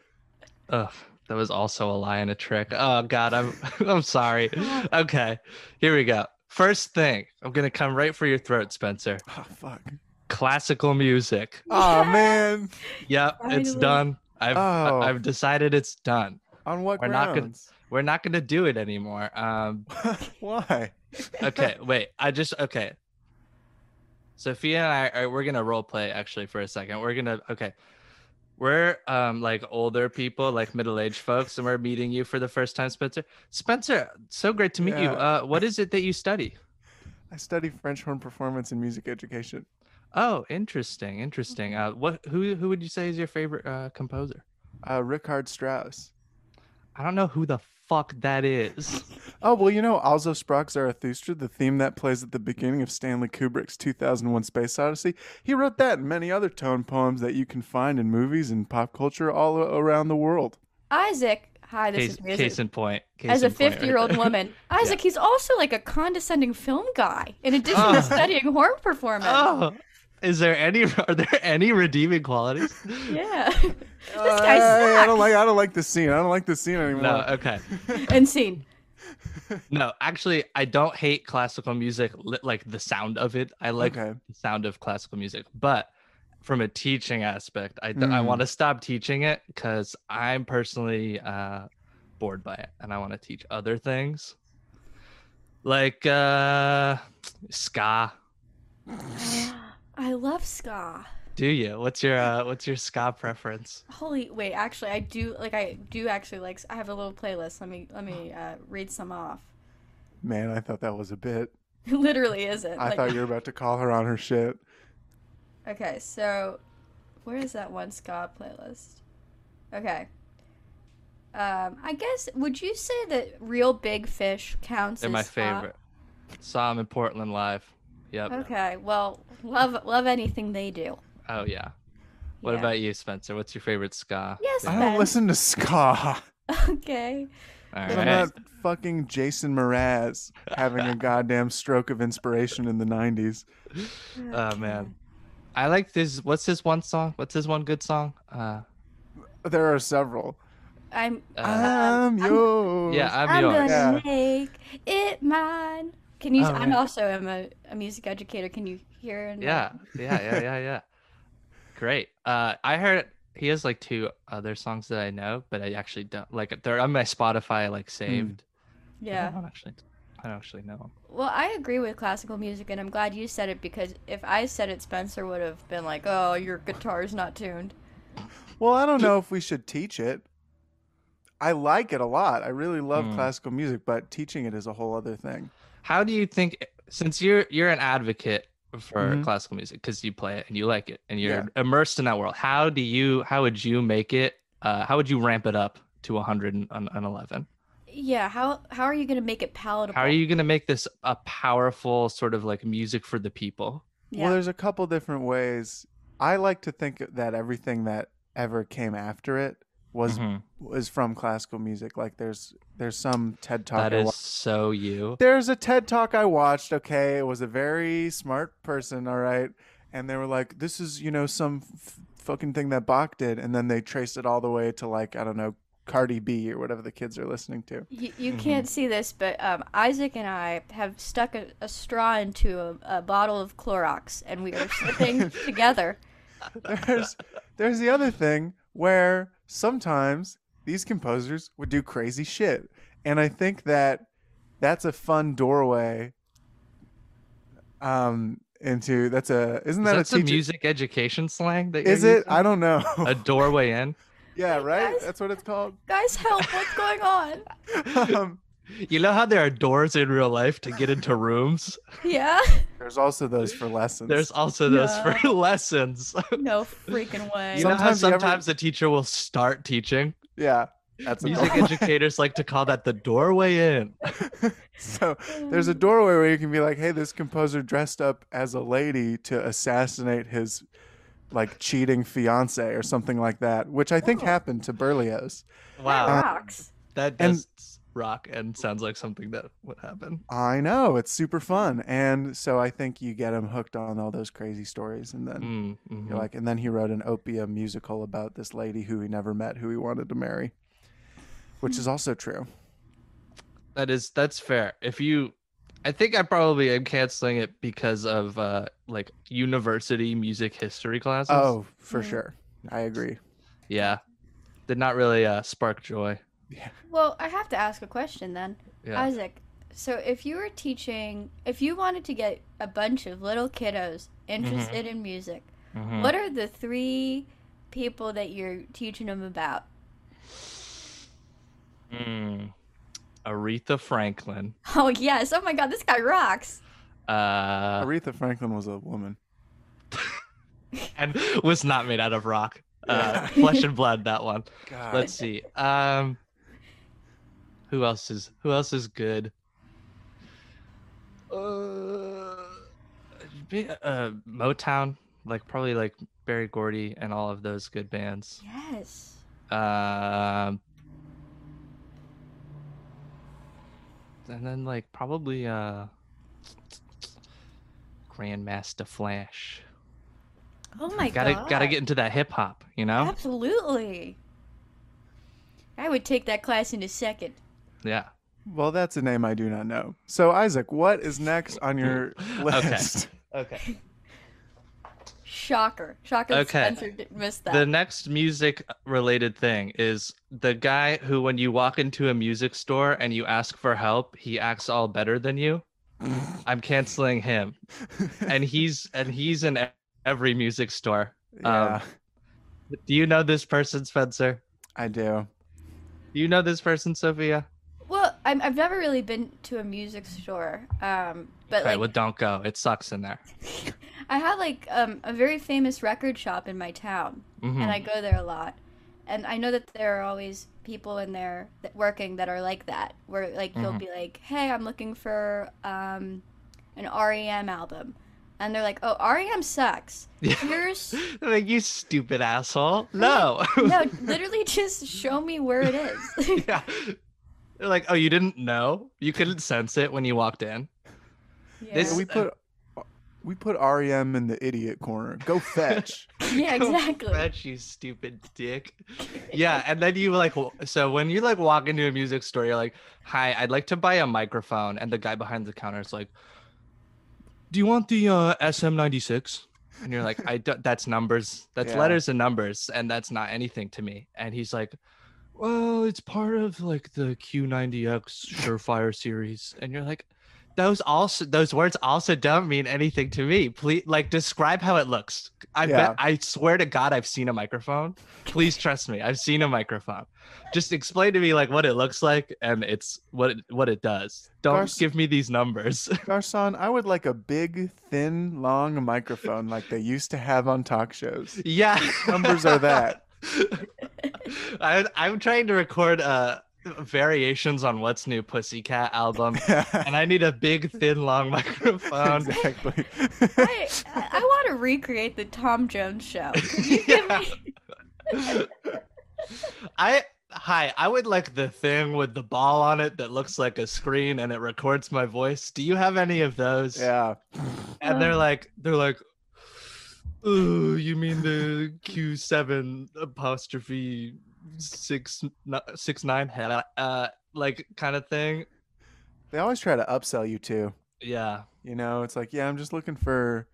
[SPEAKER 6] Ugh, that was also a lie and a trick. Oh God, I'm I'm sorry. Okay, here we go. First thing, I'm gonna come right for your throat, Spencer.
[SPEAKER 2] Oh fuck!
[SPEAKER 6] Classical music.
[SPEAKER 2] Oh
[SPEAKER 3] Yeah.
[SPEAKER 2] man,
[SPEAKER 6] Yep, it's
[SPEAKER 3] Finally.
[SPEAKER 6] done. I've I-
[SPEAKER 2] Oh.
[SPEAKER 6] I've decided it's done.
[SPEAKER 2] on what
[SPEAKER 6] We're not gonna-
[SPEAKER 2] grounds?
[SPEAKER 6] We're not gonna do it anymore. Um,
[SPEAKER 2] why?
[SPEAKER 6] okay, wait. I just okay. Sophia and I are we're gonna role play actually for a second. We're gonna okay. We're um like older people, like middle-aged folks, and we're meeting you for the first time, Spencer. Spencer, so great to meet you.
[SPEAKER 2] Yeah.
[SPEAKER 6] Uh what is it that you study?
[SPEAKER 2] I study French horn performance and music education.
[SPEAKER 6] Oh, interesting, interesting.
[SPEAKER 3] Mm-hmm.
[SPEAKER 6] Uh what who who would you say is your favorite uh composer?
[SPEAKER 2] Uh, Richard Strauss.
[SPEAKER 6] I don't know who the fuck that is.
[SPEAKER 2] Oh well, you know, also Sprach Zarathustra, the theme that plays at the beginning of Stanley Kubrick's 2001: Space Odyssey. He wrote that and many other tone poems that you can find in movies and pop culture all a- around the world.
[SPEAKER 3] Isaac. Hi, this
[SPEAKER 6] Case,
[SPEAKER 3] is Music.
[SPEAKER 6] case in point. Case
[SPEAKER 3] As a
[SPEAKER 6] in point right
[SPEAKER 3] 50 year old
[SPEAKER 6] there.
[SPEAKER 3] woman, Isaac, he's also like a condescending film guy in addition
[SPEAKER 2] Oh.
[SPEAKER 6] Ah.
[SPEAKER 3] to studying horn performance.
[SPEAKER 6] Oh, is there any? Are there any redeeming qualities?
[SPEAKER 3] Yeah. this guy
[SPEAKER 2] Hey, Uh, I
[SPEAKER 3] sucks.
[SPEAKER 2] don't like. I don't like this scene. I don't like this scene anymore.
[SPEAKER 6] No. uh, Okay.
[SPEAKER 3] And scene.
[SPEAKER 6] No, actually, I don't hate classical music. li- Like the sound of it, I like
[SPEAKER 2] Okay.
[SPEAKER 6] the sound of classical music. But from a teaching aspect, I d- I
[SPEAKER 2] Mm.
[SPEAKER 6] want to stop teaching it because I'm personally uh, bored by it, and I want to teach other things, like uh, ska.
[SPEAKER 3] I love ska.
[SPEAKER 6] Do you? What's your uh, What's your ska preference?
[SPEAKER 3] Holy wait, actually I do like I do actually like I have a little playlist. Let me let me uh, read some off.
[SPEAKER 2] Man, I thought that was a bit.
[SPEAKER 3] It literally isn't.
[SPEAKER 2] I
[SPEAKER 3] like,
[SPEAKER 2] thought you were about to call her on her shit.
[SPEAKER 3] Okay, so where is that one ska playlist? Okay. Um, I guess would you say that real big fish counts
[SPEAKER 6] They're
[SPEAKER 3] as
[SPEAKER 6] my
[SPEAKER 3] ska?
[SPEAKER 6] favorite. Saw 'em in Portland live. Yep.
[SPEAKER 3] Okay, well, love love anything they do.
[SPEAKER 6] Oh yeah. What
[SPEAKER 3] Yeah.
[SPEAKER 6] about you, Spencer? What's your favorite ska?
[SPEAKER 3] Yes,
[SPEAKER 2] I
[SPEAKER 6] thing?
[SPEAKER 2] don't
[SPEAKER 3] Ben.
[SPEAKER 2] listen to ska.
[SPEAKER 3] Okay.
[SPEAKER 6] All
[SPEAKER 2] I'm
[SPEAKER 6] right.
[SPEAKER 2] not fucking Jason Mraz having a goddamn stroke of inspiration in the 90s.
[SPEAKER 6] Oh man. I like this. What's this one song? What's this one good song? Uh,
[SPEAKER 2] There are several.
[SPEAKER 3] I'm
[SPEAKER 6] uh
[SPEAKER 2] I'm yours.
[SPEAKER 6] yeah, I'm,
[SPEAKER 3] I'm
[SPEAKER 6] yours.
[SPEAKER 2] Yeah.
[SPEAKER 3] gonna make it mine. Can you?
[SPEAKER 6] Oh,
[SPEAKER 3] I'm
[SPEAKER 6] right.
[SPEAKER 3] also am a, a music educator. Can you hear? And
[SPEAKER 6] Yeah, yeah, yeah, yeah, yeah. Great. Uh, I heard he has like two other songs that I know, but I actually don't like. They're on my Spotify, like saved. but I
[SPEAKER 3] Yeah.
[SPEAKER 6] don't actually. I don't actually know 'em.
[SPEAKER 3] Well, I agree with classical music, and I'm glad you said it because if I said it, Spencer would have been like, "Oh, your guitar's not tuned."
[SPEAKER 2] Well, I don't know if we should teach it. I like it a lot. I really love
[SPEAKER 6] Hmm.
[SPEAKER 2] classical music, but teaching it is a whole other thing.
[SPEAKER 6] How do you think? Since you're you're an advocate for
[SPEAKER 2] Mhm.
[SPEAKER 6] classical music because you play it and you like it and you're
[SPEAKER 2] Yeah.
[SPEAKER 6] immersed in that world, how do you? How would you make it? Uh, how would you ramp it up to 111.
[SPEAKER 3] Yeah, how how are you gonna make it palatable?
[SPEAKER 6] How are you going to make this a powerful sort of like music for the people?
[SPEAKER 3] Yeah.
[SPEAKER 2] Well, there's a couple different ways. I like to think that everything that ever came after it was
[SPEAKER 6] Mhm.
[SPEAKER 2] was from classical music. Like there's there's some TED talk.
[SPEAKER 6] That
[SPEAKER 2] I wa-
[SPEAKER 6] is so you.
[SPEAKER 2] there's a TED talk I watched. Okay, it was a very smart person. All right, and they were like, "This is you know some f- fucking thing that Bach did," and then they traced it all the way to like I don't know Cardi B or whatever the kids are listening to.
[SPEAKER 3] You, you
[SPEAKER 6] Mm-hmm.
[SPEAKER 3] can't see this, but um, Isaac and I have stuck a, a straw into a, a bottle of Clorox, and we are slipping together.
[SPEAKER 2] there's there's the other thing where sometimes these composers would do crazy shit and i think that that's a fun doorway um into that's a isn't
[SPEAKER 6] Is
[SPEAKER 2] that
[SPEAKER 6] that
[SPEAKER 2] a
[SPEAKER 6] some
[SPEAKER 2] teacher
[SPEAKER 6] music education slang? That
[SPEAKER 2] is
[SPEAKER 6] you're
[SPEAKER 2] it i don't know
[SPEAKER 6] using? a doorway in?
[SPEAKER 2] yeah right
[SPEAKER 3] Guys?
[SPEAKER 2] that's what it's called
[SPEAKER 3] Guys, help! What's going on?
[SPEAKER 2] um,
[SPEAKER 6] You know how there are doors in real life to get into rooms?
[SPEAKER 3] Yeah?
[SPEAKER 2] there's also those for lessons
[SPEAKER 6] There's also those for lessons.
[SPEAKER 3] No freaking way.
[SPEAKER 6] You know how
[SPEAKER 2] Sometimes you ever-
[SPEAKER 6] sometimes the teacher will start teaching?
[SPEAKER 2] yeah that's a
[SPEAKER 6] Music
[SPEAKER 2] doorway.
[SPEAKER 6] educators like to call that the doorway in.
[SPEAKER 2] so there's a doorway where you can be like, hey, this composer dressed up as a lady to assassinate his like cheating fiance or something like that, which I
[SPEAKER 6] Oh.
[SPEAKER 2] think happened to Berlioz.
[SPEAKER 6] Wow.
[SPEAKER 3] Clorox.
[SPEAKER 6] That
[SPEAKER 2] Uh, and-
[SPEAKER 6] does rock and sounds like something that would happen.
[SPEAKER 2] I know it's super fun, and so I think you get him hooked on all those crazy stories, and then
[SPEAKER 6] Mm, mhm.
[SPEAKER 2] you're like, and then he wrote an opium musical about this lady who he never met, who he wanted to marry, which
[SPEAKER 6] Hmm.
[SPEAKER 2] is also true.
[SPEAKER 6] That is that's fair. If you I think I probably am canceling it because of uh like university music history classes.
[SPEAKER 2] Oh, for sure, I agree.
[SPEAKER 6] Yeah. Did not really uh spark joy.
[SPEAKER 3] Well, I have to ask a question then.
[SPEAKER 6] Yeah.
[SPEAKER 3] Isaac, so if you were teaching, if you wanted to get a bunch of little kiddos interested
[SPEAKER 6] Mm-hmm.
[SPEAKER 3] in music,
[SPEAKER 6] Mhm.
[SPEAKER 3] what are the three people that you're teaching them about?
[SPEAKER 6] Mm. Aretha Franklin.
[SPEAKER 3] Oh, yes. Oh my God, this guy rocks.
[SPEAKER 6] Uh
[SPEAKER 2] Aretha Franklin was a woman.
[SPEAKER 6] and was not made out of rock. Uh, flesh and blood. That one.
[SPEAKER 2] God.
[SPEAKER 6] Let's see. Um, who else is who else is good? Uh, be- uh, Motown, like probably like Barry Gordy and all of those good bands.
[SPEAKER 3] Yes.
[SPEAKER 6] Um, and then like probably uh, Grandmaster Flash.
[SPEAKER 3] Oh my
[SPEAKER 6] Gotta
[SPEAKER 3] God.
[SPEAKER 6] gotta get into that hip hop, you know?
[SPEAKER 3] Absolutely. I would take that class in a second.
[SPEAKER 6] Yeah.
[SPEAKER 2] Well, that's a name I do not know. So, Isaac, what is next on your list?
[SPEAKER 6] Okay.
[SPEAKER 3] Shocker. Shocker that
[SPEAKER 6] Okay.
[SPEAKER 3] Spencer didn't miss that.
[SPEAKER 6] The next music related thing is the guy who, when you walk into a music store and you ask for help, he acts all better than you. I'm canceling him, and he's and he's in e- every music store. Um,
[SPEAKER 2] Yeah,
[SPEAKER 6] Do you know this person, Spencer?
[SPEAKER 2] I do.
[SPEAKER 6] Do you know this person, Sophia?
[SPEAKER 3] Well, I'm, I've never really been to a music store, um, but
[SPEAKER 6] Okay,
[SPEAKER 3] like
[SPEAKER 6] well, don't go. It sucks in there.
[SPEAKER 3] I had like um, a very famous record shop in my town,
[SPEAKER 6] Mhm.
[SPEAKER 3] and I go there a lot. And I know that there are always people in there that working that are like that, where like
[SPEAKER 6] Mm-hmm.
[SPEAKER 3] you'll be like, "Hey, I'm looking for um, an REM album," and they're like, "Oh, REM sucks. Here's
[SPEAKER 6] like you stupid asshole. No.
[SPEAKER 3] no, literally just show me where it is."
[SPEAKER 6] yeah. They're like, oh, you didn't know? You couldn't sense it when you walked in.
[SPEAKER 3] yeah.
[SPEAKER 6] This-
[SPEAKER 2] We put we put REM in the idiot corner. Go fetch.
[SPEAKER 3] yeah, exactly.
[SPEAKER 6] French, you stupid dick. Yeah, and then you like w- so when you like walk into a music store, you're like, "Hi, I'd like to buy a microphone," and the guy behind the counter is like, "Do you want the uh, SM96?" And you're like, "I don't, that's numbers, that's
[SPEAKER 2] Yeah.
[SPEAKER 6] letters and numbers, and that's not anything to me." And he's like, "Well, it's part of like the Q90X Surefire series," and you're like. Those also those words also don't mean anything to me. Please, like describe how it looks. I
[SPEAKER 2] Yeah.
[SPEAKER 6] bet I swear to God, I've seen a microphone. Please trust me. I've seen a microphone. Just explain to me like what it looks like and it's what it, what it does. Don't
[SPEAKER 2] Garce-
[SPEAKER 6] give me these numbers.
[SPEAKER 2] Garson, I would like a big, thin, long microphone like they used to have on talk shows.
[SPEAKER 6] yeah,
[SPEAKER 2] Numbers are that.
[SPEAKER 6] I, I'm trying to record uh variations on what's new Pussycat album, and I need a big, thin, long microphone.
[SPEAKER 2] exactly.
[SPEAKER 3] I, I, I want to recreate the Tom Jones show. Could you give
[SPEAKER 6] Yeah.
[SPEAKER 3] me-
[SPEAKER 6] I hi, I would like the thing with the ball on it that looks like a screen and it records my voice. Do you have any of those?
[SPEAKER 2] yeah.
[SPEAKER 6] And they're like they're like Ooh, you mean the Q seven apostrophe six ni- six nine hella- uh like kind of thing?
[SPEAKER 2] They always try to upsell you too.
[SPEAKER 6] Yeah.
[SPEAKER 2] You know, it's like, yeah, I'm just looking for,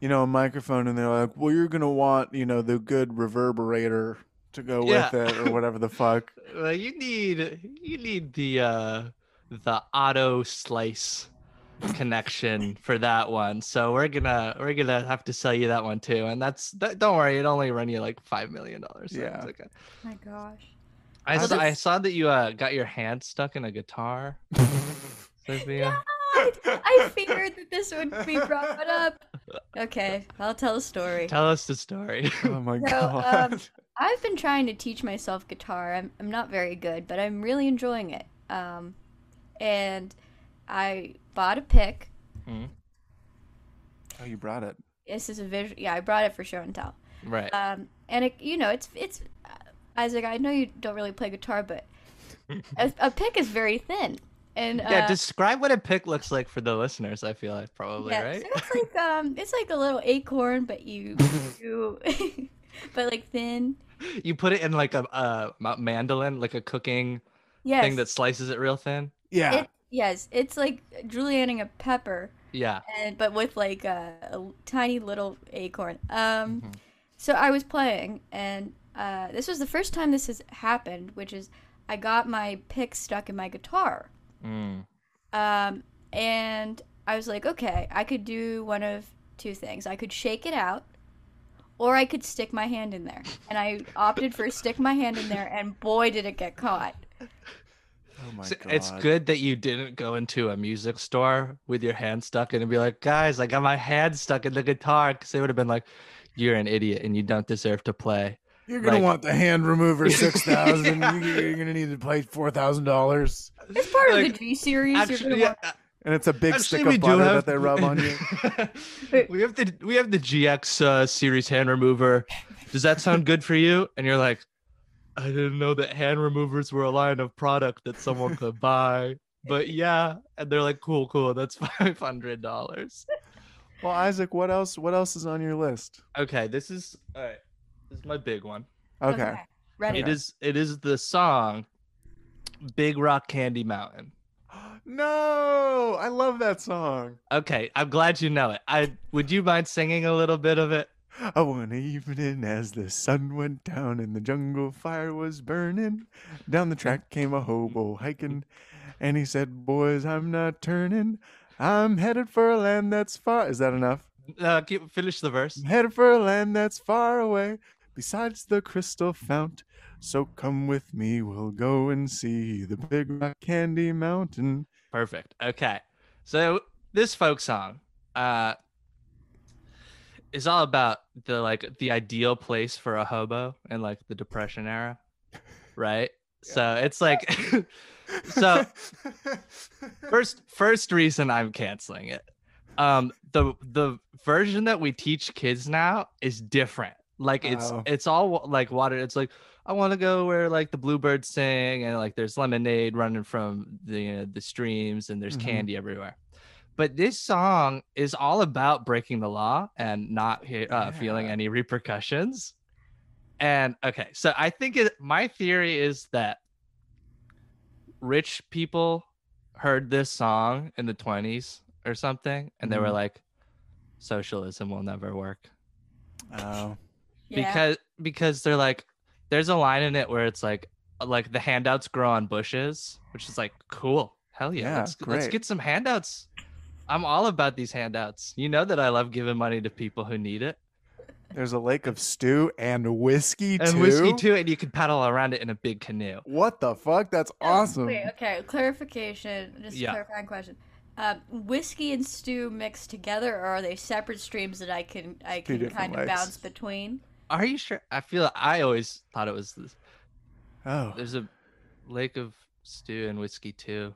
[SPEAKER 2] you know, a microphone, and they're like, well, you're gonna want, you know, the good reverberator to go
[SPEAKER 6] Yeah.
[SPEAKER 2] with it or whatever the fuck.
[SPEAKER 6] Well, you need you need the uh the auto slice connection for that one. So we're gonna we're gonna have to sell you that one too. And that's that, don't worry, it only run you like five million dollars. so it's
[SPEAKER 2] Yeah.
[SPEAKER 6] okay.
[SPEAKER 3] my gosh.
[SPEAKER 6] I
[SPEAKER 2] Well,
[SPEAKER 6] saw, I
[SPEAKER 2] that's-
[SPEAKER 6] saw that you uh got your hand stuck in a guitar. Sophia.
[SPEAKER 3] I, I figured that this would be brought up. Okay, I'll tell a story.
[SPEAKER 6] Tell us the story.
[SPEAKER 2] Oh my
[SPEAKER 3] So,
[SPEAKER 2] god.
[SPEAKER 3] um, I've been trying to teach myself guitar. I'm, I'm not very good, but I'm really enjoying it. Um, and I bought a pick.
[SPEAKER 2] oh, you brought it.
[SPEAKER 3] This is a visual. Yeah, I brought it for show and tell.
[SPEAKER 6] right.
[SPEAKER 3] Um, and it, you know, it's it's uh, Isaac. I know you don't really play guitar, but a, a pick is very thin. And
[SPEAKER 6] yeah,
[SPEAKER 3] uh,
[SPEAKER 6] describe what a pick looks like for the listeners, I feel like probably,
[SPEAKER 3] yeah,
[SPEAKER 6] right?
[SPEAKER 3] so it's like um, it's like a little acorn, but you, you but like thin.
[SPEAKER 6] You put it in like a, a ma- mandolin, like a cooking
[SPEAKER 3] Yes.
[SPEAKER 6] thing that slices it real thin.
[SPEAKER 2] Yeah.
[SPEAKER 3] It, yes, it's like julienning a pepper,
[SPEAKER 6] Yeah.
[SPEAKER 3] and but with like a, a tiny little acorn. Um, so I was playing, and uh, this was the first time this has happened, which is I got my pick stuck in my guitar,
[SPEAKER 6] Mm.
[SPEAKER 3] um, and I was like, okay, I could do one of two things: I could shake it out. Or I could stick my hand in there, and I opted for stick my hand in there, and boy, did it get caught!
[SPEAKER 2] oh my
[SPEAKER 6] So
[SPEAKER 2] god.
[SPEAKER 6] It's good that you didn't go into a music store with your hand stuck in and be like, guys, I got my hand stuck in the guitar. Cause they would have been like, you're an idiot and you don't deserve to play.
[SPEAKER 2] You're gonna
[SPEAKER 6] Like-
[SPEAKER 2] want the hand remover six thousand. You're gonna need to pay four thousand dollars.
[SPEAKER 3] It's part of
[SPEAKER 6] Like,
[SPEAKER 3] the G series. you're
[SPEAKER 6] Actually,
[SPEAKER 3] gonna
[SPEAKER 6] yeah,
[SPEAKER 2] And it's a big
[SPEAKER 6] actually,
[SPEAKER 2] stick
[SPEAKER 6] we
[SPEAKER 2] of
[SPEAKER 6] do
[SPEAKER 2] butter
[SPEAKER 6] have
[SPEAKER 2] that they rub on you.
[SPEAKER 6] we have the we have the GX uh, series hand remover. Does that sound good for you? And you're like, I didn't know that hand removers were a line of product that someone could buy. But yeah, and they're like, cool, cool. That's five hundred dollars.
[SPEAKER 2] Well, Isaac, what else? What else is on your list?
[SPEAKER 6] Okay, this is all right. This is my big one.
[SPEAKER 2] Okay.
[SPEAKER 3] Ready.
[SPEAKER 6] It is it is the song Big Rock Candy Mountain.
[SPEAKER 2] No, I love that song.
[SPEAKER 6] Okay, I'm glad you know it. I would you mind singing a little bit of it?
[SPEAKER 2] Oh, one evening as the sun went down and the jungle fire was burning, down the track came a hobo hiking, and he said, "Boys, I'm not turning. I'm headed for a land that's far." Is that enough?
[SPEAKER 6] Uh, keep, finish the verse.
[SPEAKER 2] I'm headed for a land that's far away, besides the crystal fount. So come with me, we'll go and see the Big Rock Candy Mountain.
[SPEAKER 6] Perfect. Okay. So this folk song uh is all about the like the ideal place for a hobo in like the depression era, right? So it's like so first first reason I'm canceling it. Um the the version that we teach kids now is different. Like it's
[SPEAKER 2] Oh.
[SPEAKER 6] it's all wa- like water it's like I want to go where like the bluebirds sing and like there's lemonade running from the you know, the streams and there's
[SPEAKER 2] Mhm.
[SPEAKER 6] candy everywhere. But this song is all about breaking the law and not he- uh, feeling
[SPEAKER 2] Yeah.
[SPEAKER 6] any repercussions. And okay, so I think it, my theory is that rich people heard this song in the 20s or something and they were
[SPEAKER 2] Mhm.
[SPEAKER 6] like socialism will never work
[SPEAKER 2] Oh.
[SPEAKER 6] because because they're like there's a line in it where it's like uh, like the handouts grow on bushes which is like cool hell yeah,
[SPEAKER 2] Yeah,
[SPEAKER 6] let's, let's
[SPEAKER 2] great.
[SPEAKER 6] get some handouts i'm all about these handouts you know that i love giving money to people who need it
[SPEAKER 2] There's a lake of stew and whiskey
[SPEAKER 6] and
[SPEAKER 2] too.
[SPEAKER 6] whiskey too and you can paddle around it in a big canoe
[SPEAKER 2] What the fuck? That's awesome.
[SPEAKER 3] Wait, okay. Clarification. Just
[SPEAKER 6] Yeah.
[SPEAKER 3] clarifying question. Um, whiskey and stew mixed together, or are they separate streams that I can I
[SPEAKER 2] Two
[SPEAKER 3] can
[SPEAKER 2] different
[SPEAKER 3] kind of
[SPEAKER 2] lakes.
[SPEAKER 3] bounce between?
[SPEAKER 6] Are you sure? I feel I always thought it was this.
[SPEAKER 2] Oh,
[SPEAKER 6] There's a lake of stew and whiskey too.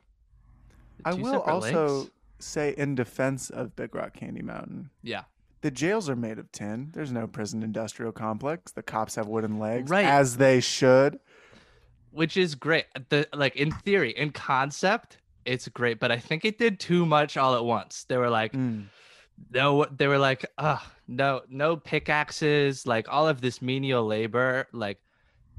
[SPEAKER 2] I
[SPEAKER 6] Two
[SPEAKER 2] will
[SPEAKER 6] separate
[SPEAKER 2] also
[SPEAKER 6] lakes?
[SPEAKER 2] say in defense of Big Rock Candy Mountain,
[SPEAKER 6] Yeah.
[SPEAKER 2] the jails are made of tin. There's no prison industrial complex. The cops have wooden legs,
[SPEAKER 6] Right.
[SPEAKER 2] as they should.
[SPEAKER 6] Which is great. The like in theory, in concept, it's great, but I think it did too much all at once. They were like,
[SPEAKER 2] Mm.
[SPEAKER 6] no they were like uh no no pickaxes like all of this menial labor like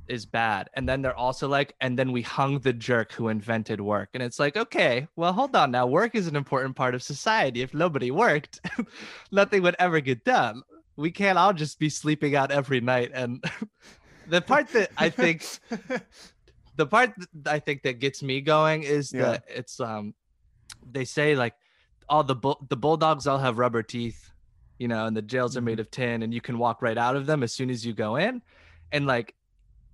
[SPEAKER 6] is bad and then they're also like and then we hung the jerk who invented work and it's like okay well hold on now work is an important part of society if nobody worked nothing would ever get done we can't all just be sleeping out every night and the part that i think the part th- I think that gets me going is
[SPEAKER 2] Yeah.
[SPEAKER 6] that it's um they say like all the bull the bulldogs all have rubber teeth, you know, and the jails are made of tin and you can walk right out of them as soon as you go in. And like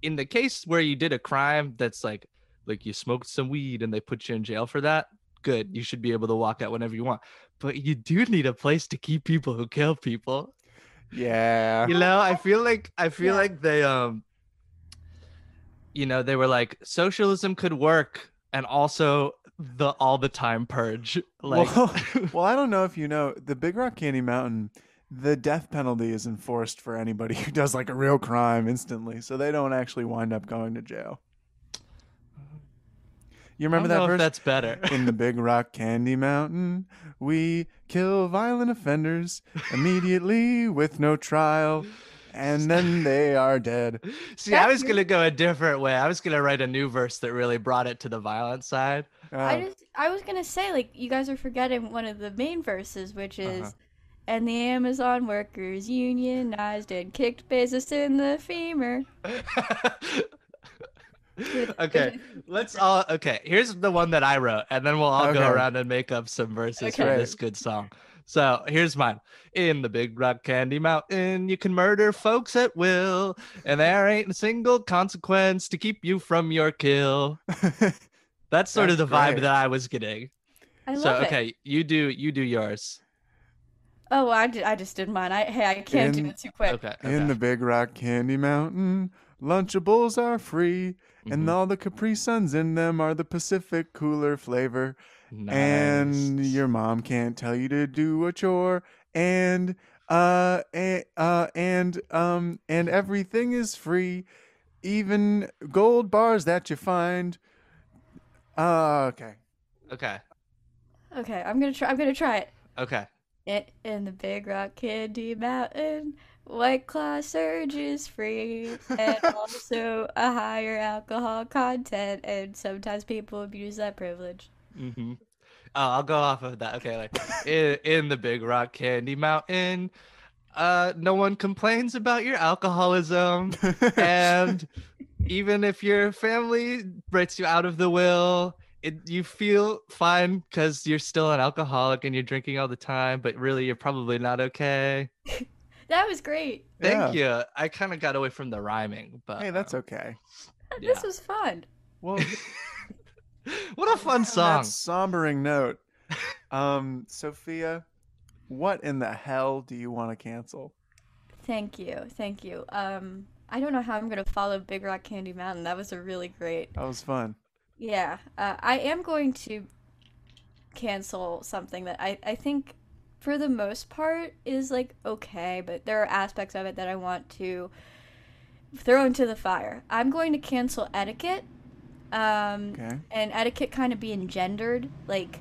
[SPEAKER 6] in the case where you did a crime that's like like you smoked some weed and they put you in jail for that, good. You should be able to walk out whenever you want. But you do need a place to keep people who kill people
[SPEAKER 2] yeah.
[SPEAKER 6] you know i feel like i feel like they um you know they were like socialism could work and also the all the time purge like
[SPEAKER 2] well, well, I don't know if you know the Big Rock Candy Mountain. The death penalty is enforced for anybody who does like a real crime instantly, so they don't actually wind up going to jail. You
[SPEAKER 6] I don't
[SPEAKER 2] remember
[SPEAKER 6] know
[SPEAKER 2] that
[SPEAKER 6] if
[SPEAKER 2] verse?
[SPEAKER 6] that's better
[SPEAKER 2] In the Big Rock Candy Mountain, we kill violent offenders immediately with no trial, and then they are dead.
[SPEAKER 6] see i was gonna go a different way i was gonna write a new verse that really brought it to the violent side
[SPEAKER 3] I
[SPEAKER 6] Um,
[SPEAKER 2] Uh,
[SPEAKER 3] just I was gonna say like you guys are forgetting one of the main verses, which is,
[SPEAKER 6] Uh-huh.
[SPEAKER 3] and the Amazon workers unionized and kicked Bezos in the femur.
[SPEAKER 6] okay let's all okay here's the one that i wrote and then we'll all go
[SPEAKER 2] Okay.
[SPEAKER 6] around and make up some verses for
[SPEAKER 3] Okay.
[SPEAKER 6] this good song so here's mine in the big rock candy mountain you can murder folks at will and there ain't a single consequence to keep you from your kill
[SPEAKER 2] Uh,
[SPEAKER 6] that's sort of the
[SPEAKER 2] That's
[SPEAKER 6] vibe
[SPEAKER 2] great.
[SPEAKER 6] that i was getting
[SPEAKER 3] I
[SPEAKER 6] so
[SPEAKER 3] love it.
[SPEAKER 6] okay you do you do yours
[SPEAKER 3] Oh, well, I, did, I just did mine. I hey, I can't
[SPEAKER 2] In-
[SPEAKER 3] do it too quick.
[SPEAKER 6] okay,
[SPEAKER 2] In the
[SPEAKER 6] okay.
[SPEAKER 2] Big Rock Candy Mountain, Lunchables are free,
[SPEAKER 6] Mm-hmm.
[SPEAKER 2] and all the Capri Suns in them are the Pacific cooler flavor. And
[SPEAKER 6] Mm-hmm. Nice.
[SPEAKER 2] your mom can't tell you to do a chore, and uh, and, uh, and um, and everything is free, even gold bars that you find. Uh, okay.
[SPEAKER 6] okay
[SPEAKER 3] Okay, I'm gonna try. I'm gonna try it.
[SPEAKER 6] okay
[SPEAKER 3] In, in the Big Rock Candy Mountain, White Claw Surge is free, and also a higher alcohol content, and sometimes people abuse that privilege.
[SPEAKER 6] Mm-hmm. Oh, I'll go off of that. Okay, like in, in the Big Rock Candy Mountain, uh, no one complains about your alcoholism, and even if your family writes you out of the will, it, you feel fine because you're still an alcoholic and you're drinking all the time, but really you're probably not okay.
[SPEAKER 3] That was great.
[SPEAKER 6] Thank you. I kind of got away from the rhyming, but
[SPEAKER 2] Hey, that's
[SPEAKER 6] uh,
[SPEAKER 2] okay.
[SPEAKER 3] This was fun.
[SPEAKER 2] Well,
[SPEAKER 6] what a fun
[SPEAKER 2] on
[SPEAKER 6] song.
[SPEAKER 2] that sombering note, um, Sophia, what in the hell do you want to cancel?
[SPEAKER 3] Thank you, thank you. Um, I don't know how I'm gonna follow Big Rock Candy Mountain. That was a really great.
[SPEAKER 2] That was fun.
[SPEAKER 3] Yeah, uh, I am going to cancel something that I I think for the most part is like okay, but there are aspects of it that I want to throw into the fire. I'm going to cancel etiquette. Um,
[SPEAKER 2] Okay.
[SPEAKER 3] and etiquette kind of being gendered like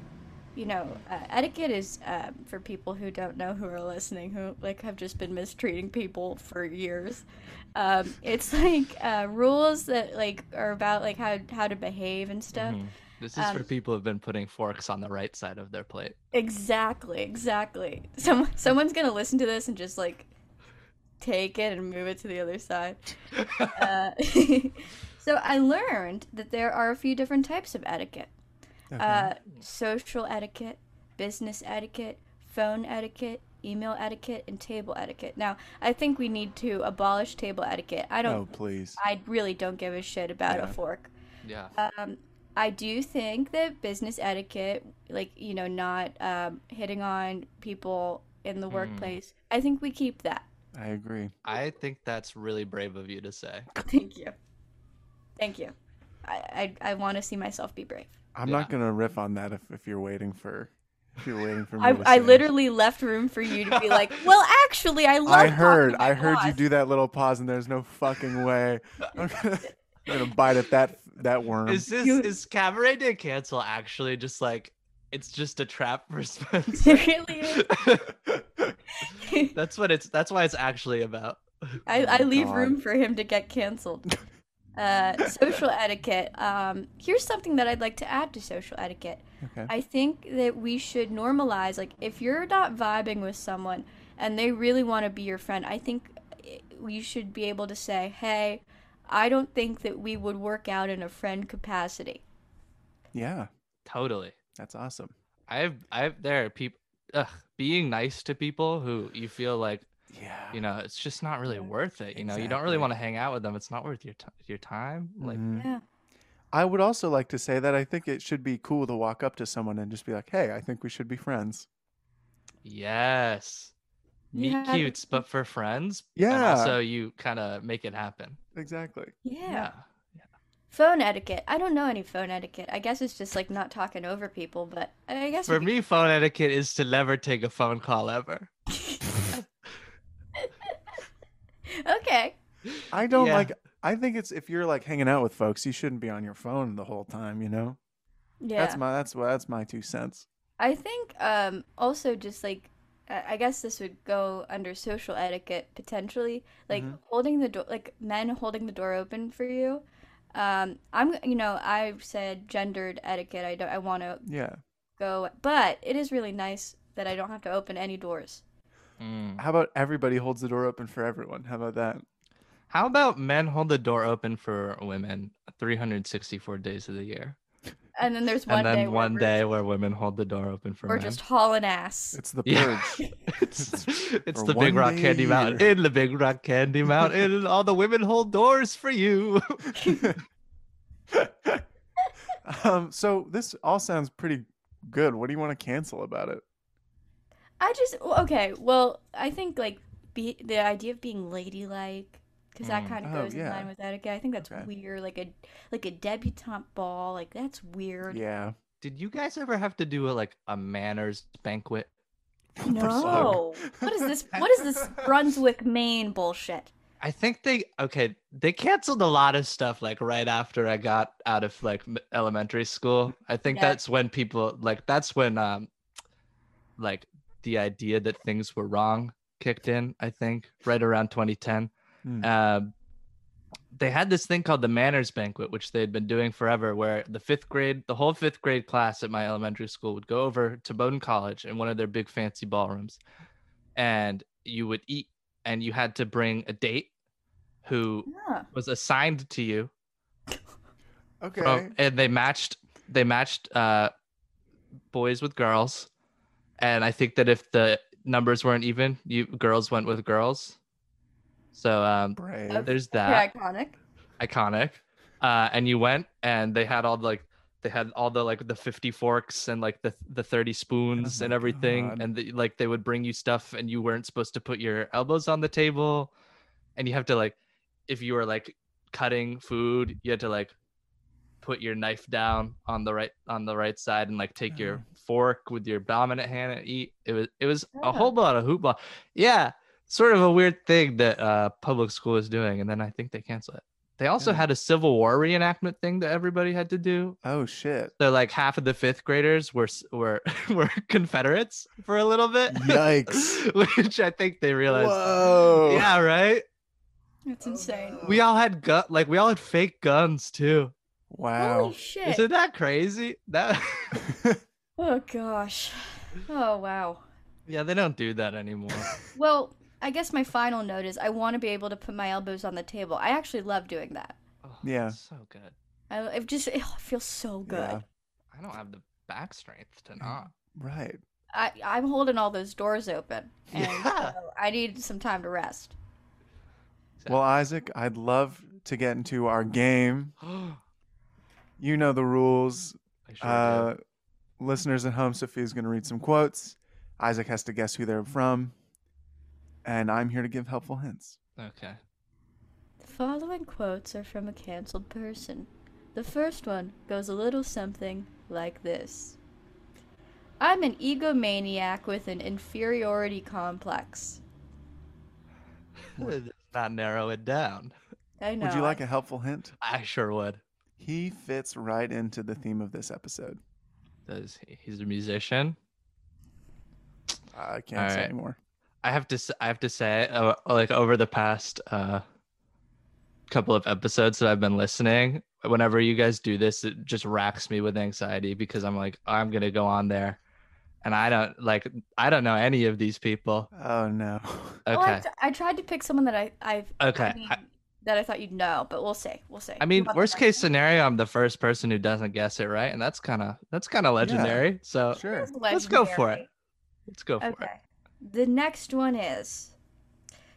[SPEAKER 3] you know uh, etiquette is um, for people who don't know who are listening who like have just been mistreating people for years um, it's like uh, rules that like are about like how how to behave and stuff
[SPEAKER 6] Mhm. This is
[SPEAKER 3] um,
[SPEAKER 6] for people who've been putting forks on the right side of their plate.
[SPEAKER 3] exactly exactly Some, someone's gonna listen to this and just like take it and move it to the other side uh, so i learned that there are a few different types of etiquette uh, social etiquette, business etiquette, phone etiquette, email etiquette, and table etiquette. Now, I think we need to abolish table etiquette. I don't.
[SPEAKER 2] oh, please.
[SPEAKER 3] I really don't give a shit about a
[SPEAKER 2] Yeah.
[SPEAKER 3] fork.
[SPEAKER 6] Yeah.
[SPEAKER 3] Um, I do think that business etiquette, like you
[SPEAKER 2] Mm.
[SPEAKER 3] know, not um, hitting on people in the workplace, I think we keep that.
[SPEAKER 2] I agree.
[SPEAKER 6] I think that's really brave of you to say.
[SPEAKER 3] Thank you. Thank you. I I, I want to see myself be brave.
[SPEAKER 2] I'm
[SPEAKER 6] Yeah.
[SPEAKER 2] not gonna riff on that if, if you're waiting for if you're waiting for me.
[SPEAKER 3] I,
[SPEAKER 2] to
[SPEAKER 3] I
[SPEAKER 2] say it.
[SPEAKER 3] literally left room for you to be like, well, actually, I love.
[SPEAKER 2] I
[SPEAKER 3] talking
[SPEAKER 2] heard
[SPEAKER 3] to oh my
[SPEAKER 2] I heard you
[SPEAKER 3] boss."
[SPEAKER 2] do that little pause and there's no fucking way. I'm gonna, I'm gonna bite at that that worm.
[SPEAKER 6] Is this
[SPEAKER 3] Um, You-
[SPEAKER 6] is Cabaret Day Cancel actually just like it's just a trap for Spencer?
[SPEAKER 3] It really is.
[SPEAKER 6] that's what it's that's why it's actually about.
[SPEAKER 3] I, I
[SPEAKER 2] Oh my
[SPEAKER 3] leave
[SPEAKER 2] God.
[SPEAKER 3] room for him to get canceled. Uh, social etiquette. Um, here's something that I'd like to add to social etiquette.
[SPEAKER 2] Okay.
[SPEAKER 3] I think that we should normalize, like, if you're not vibing with someone and they really want to be your friend, I think i- you should be able to say, hey, I don't think that we would work out in a friend capacity.
[SPEAKER 2] yeah,
[SPEAKER 6] Totally.
[SPEAKER 2] that's awesome.
[SPEAKER 6] I've I've there are people ugh, being nice to people who you feel like
[SPEAKER 2] Yeah.
[SPEAKER 6] you know it's just not really worth it you know you
[SPEAKER 2] Exactly.
[SPEAKER 6] don't really want to hang out with them it's not worth your t- your time like
[SPEAKER 2] Mhm.
[SPEAKER 3] Yeah.
[SPEAKER 2] I would also like to say that I think it should be cool to walk up to someone and just be like, "Hey, I think we should be friends."
[SPEAKER 6] yes meet
[SPEAKER 3] Yeah.
[SPEAKER 6] cutes but for friends and
[SPEAKER 2] Yeah.
[SPEAKER 6] also you kind of make it happen
[SPEAKER 2] Exactly.
[SPEAKER 3] Yeah.
[SPEAKER 6] Yeah.
[SPEAKER 3] Phone etiquette. I don't know any phone etiquette. I guess it's just like not talking over people, but I guess
[SPEAKER 6] for
[SPEAKER 3] we-
[SPEAKER 6] me phone etiquette is to never take a phone call ever
[SPEAKER 3] Okay.
[SPEAKER 2] I don't
[SPEAKER 6] Yeah.
[SPEAKER 2] like. I think it's if you're like hanging out with folks, you shouldn't be on your phone the whole time. You know,
[SPEAKER 3] Yeah.
[SPEAKER 2] that's my that's that's my two cents.
[SPEAKER 3] I think um also just like I I guess this would go under social etiquette potentially, like
[SPEAKER 6] Mm-hmm.
[SPEAKER 2] Mhm.
[SPEAKER 3] holding the door, like men holding the door open for you. Um, I'm, you know, I said gendered etiquette. I don't, I want to
[SPEAKER 2] Yeah.
[SPEAKER 3] go, but it is really nice that I don't have to open any doors.
[SPEAKER 6] Mm.
[SPEAKER 2] How about everybody holds the door open for everyone? How about that?
[SPEAKER 6] how about men hold the door open for women 364 days of the year
[SPEAKER 3] And then there's one
[SPEAKER 6] and then
[SPEAKER 3] day, where
[SPEAKER 6] one
[SPEAKER 3] we're-
[SPEAKER 6] day where women hold the door open for
[SPEAKER 3] we're
[SPEAKER 6] men
[SPEAKER 3] just hauling ass.
[SPEAKER 2] It's the
[SPEAKER 6] Yeah.
[SPEAKER 2] purge.
[SPEAKER 6] It's, it's
[SPEAKER 2] for
[SPEAKER 6] the
[SPEAKER 2] one
[SPEAKER 6] Big Rock
[SPEAKER 2] day
[SPEAKER 6] Candy
[SPEAKER 2] a
[SPEAKER 6] Mountain.
[SPEAKER 2] year.
[SPEAKER 6] In the Big Rock Candy Mountain, all the women hold doors for you.
[SPEAKER 2] um, so this all sounds pretty good. What do you want to cancel about it?
[SPEAKER 3] I just okay. Well, I think like be the idea of being ladylike because that
[SPEAKER 6] Mm.
[SPEAKER 3] kind of
[SPEAKER 2] Oh,
[SPEAKER 3] goes
[SPEAKER 2] yeah.
[SPEAKER 3] in line with etiquette. I think that's
[SPEAKER 2] Okay.
[SPEAKER 3] weird. Like a like a debutante ball. Like that's weird.
[SPEAKER 2] Yeah.
[SPEAKER 6] Did you guys ever have to do a, like a manners banquet?
[SPEAKER 3] No. what is this? What is this Brunswick, Maine bullshit?
[SPEAKER 6] I think they okay. They canceled a lot of stuff like right after I got out of like m- elementary school. I think
[SPEAKER 3] Yeah.
[SPEAKER 6] that's when people like that's when um like the idea that things were wrong kicked in. I think right around 2010.
[SPEAKER 2] Hmm.
[SPEAKER 6] Um, they had this thing called the manners banquet, which they had been doing forever, where the fifth grade, the whole fifth grade class at my elementary school would go over to Bowdoin College in one of their big fancy ballrooms, and you would eat, and you had to bring a date who
[SPEAKER 3] Huh.
[SPEAKER 6] was assigned to you
[SPEAKER 2] Okay.
[SPEAKER 6] from- and they matched they matched uh boys with girls and i think that if the numbers weren't even you girls went with girls so um
[SPEAKER 2] Brave.
[SPEAKER 3] Oh.
[SPEAKER 6] there's
[SPEAKER 3] Pretty
[SPEAKER 6] that
[SPEAKER 3] iconic.
[SPEAKER 6] iconic uh and you went and they had all the, like they had all the like the 50 forks and like the the 30 spoons
[SPEAKER 2] Oh my
[SPEAKER 6] and everything
[SPEAKER 2] God.
[SPEAKER 6] and the, like they would bring you stuff and you weren't supposed to put your elbows on the table and you have to like if you were like cutting food you had to like put your knife down on the right on the right side and like take your
[SPEAKER 2] Mm.
[SPEAKER 6] fork with your dominant hand and eat it was it was
[SPEAKER 3] Yeah.
[SPEAKER 6] a whole lot of hoopla yeah sort of a weird thing that uh public school is doing and then i think they cancel it they also
[SPEAKER 2] Yeah.
[SPEAKER 6] had a civil war reenactment thing that everybody had to do
[SPEAKER 2] Oh shit.
[SPEAKER 6] so like half of the fifth graders were s- were were confederates for a little bit
[SPEAKER 2] Yikes.
[SPEAKER 6] which i think they realized
[SPEAKER 2] Whoa.
[SPEAKER 6] yeah right
[SPEAKER 3] That's insane.
[SPEAKER 2] Oh,
[SPEAKER 6] we all had gun like we all had fake guns too
[SPEAKER 2] Wow.
[SPEAKER 3] Holy shit!
[SPEAKER 6] isn't that crazy that
[SPEAKER 3] Oh gosh. Oh wow.
[SPEAKER 6] yeah they don't do that anymore
[SPEAKER 3] Well, I guess my final note is I want to be able to put my elbows on the table. I actually love doing that.
[SPEAKER 6] Oh,
[SPEAKER 2] Yeah.
[SPEAKER 6] that's so good
[SPEAKER 3] I it just it feels so good.
[SPEAKER 2] Yeah.
[SPEAKER 6] i don't have the back strength to not
[SPEAKER 2] Right.
[SPEAKER 3] I, I'm holding all those doors open, and
[SPEAKER 6] Yeah.
[SPEAKER 3] so I need some time to rest.
[SPEAKER 2] Well, Isaac, I'd love to get into our game. You know the rules.
[SPEAKER 6] I sure
[SPEAKER 2] Uh, listeners at home, Sophia's going to read some quotes. Isaac has to guess who they're from. and I'm here to give helpful hints.
[SPEAKER 6] Okay.
[SPEAKER 3] The following quotes are from a canceled person. The first one goes a little something like this I'm an egomaniac with an inferiority complex.
[SPEAKER 6] Let's not narrow it down.
[SPEAKER 3] I know.
[SPEAKER 2] Would you like
[SPEAKER 3] I-
[SPEAKER 2] a helpful hint?
[SPEAKER 6] I sure would.
[SPEAKER 2] He fits right into the theme of this episode.
[SPEAKER 6] Does he, he's a musician?
[SPEAKER 2] I can't
[SPEAKER 6] All
[SPEAKER 2] say
[SPEAKER 6] right.
[SPEAKER 2] anymore.
[SPEAKER 6] I have to. s- I have to say, uh, like over the past uh, couple of episodes that I've been listening, whenever you guys do this, it just racks me with anxiety because I'm like, I'm gonna go on there, and I don't like. I don't know any of these people.
[SPEAKER 2] Oh no.
[SPEAKER 6] Okay.
[SPEAKER 3] Well, I, tr- I tried to pick someone that I, I've.
[SPEAKER 6] Okay,
[SPEAKER 3] I
[SPEAKER 6] I-
[SPEAKER 3] mean, that I thought you'd know, but we'll see. We'll see.
[SPEAKER 6] I mean,
[SPEAKER 3] We'll have to
[SPEAKER 6] worst
[SPEAKER 3] find
[SPEAKER 6] case
[SPEAKER 3] out.
[SPEAKER 6] scenario, I'm the first person who doesn't guess it right, and that's kind of that's kind of legendary. So
[SPEAKER 2] Sure.
[SPEAKER 6] let's go for
[SPEAKER 3] Legendary.
[SPEAKER 6] it. Let's go for it.
[SPEAKER 3] Okay. The next one is.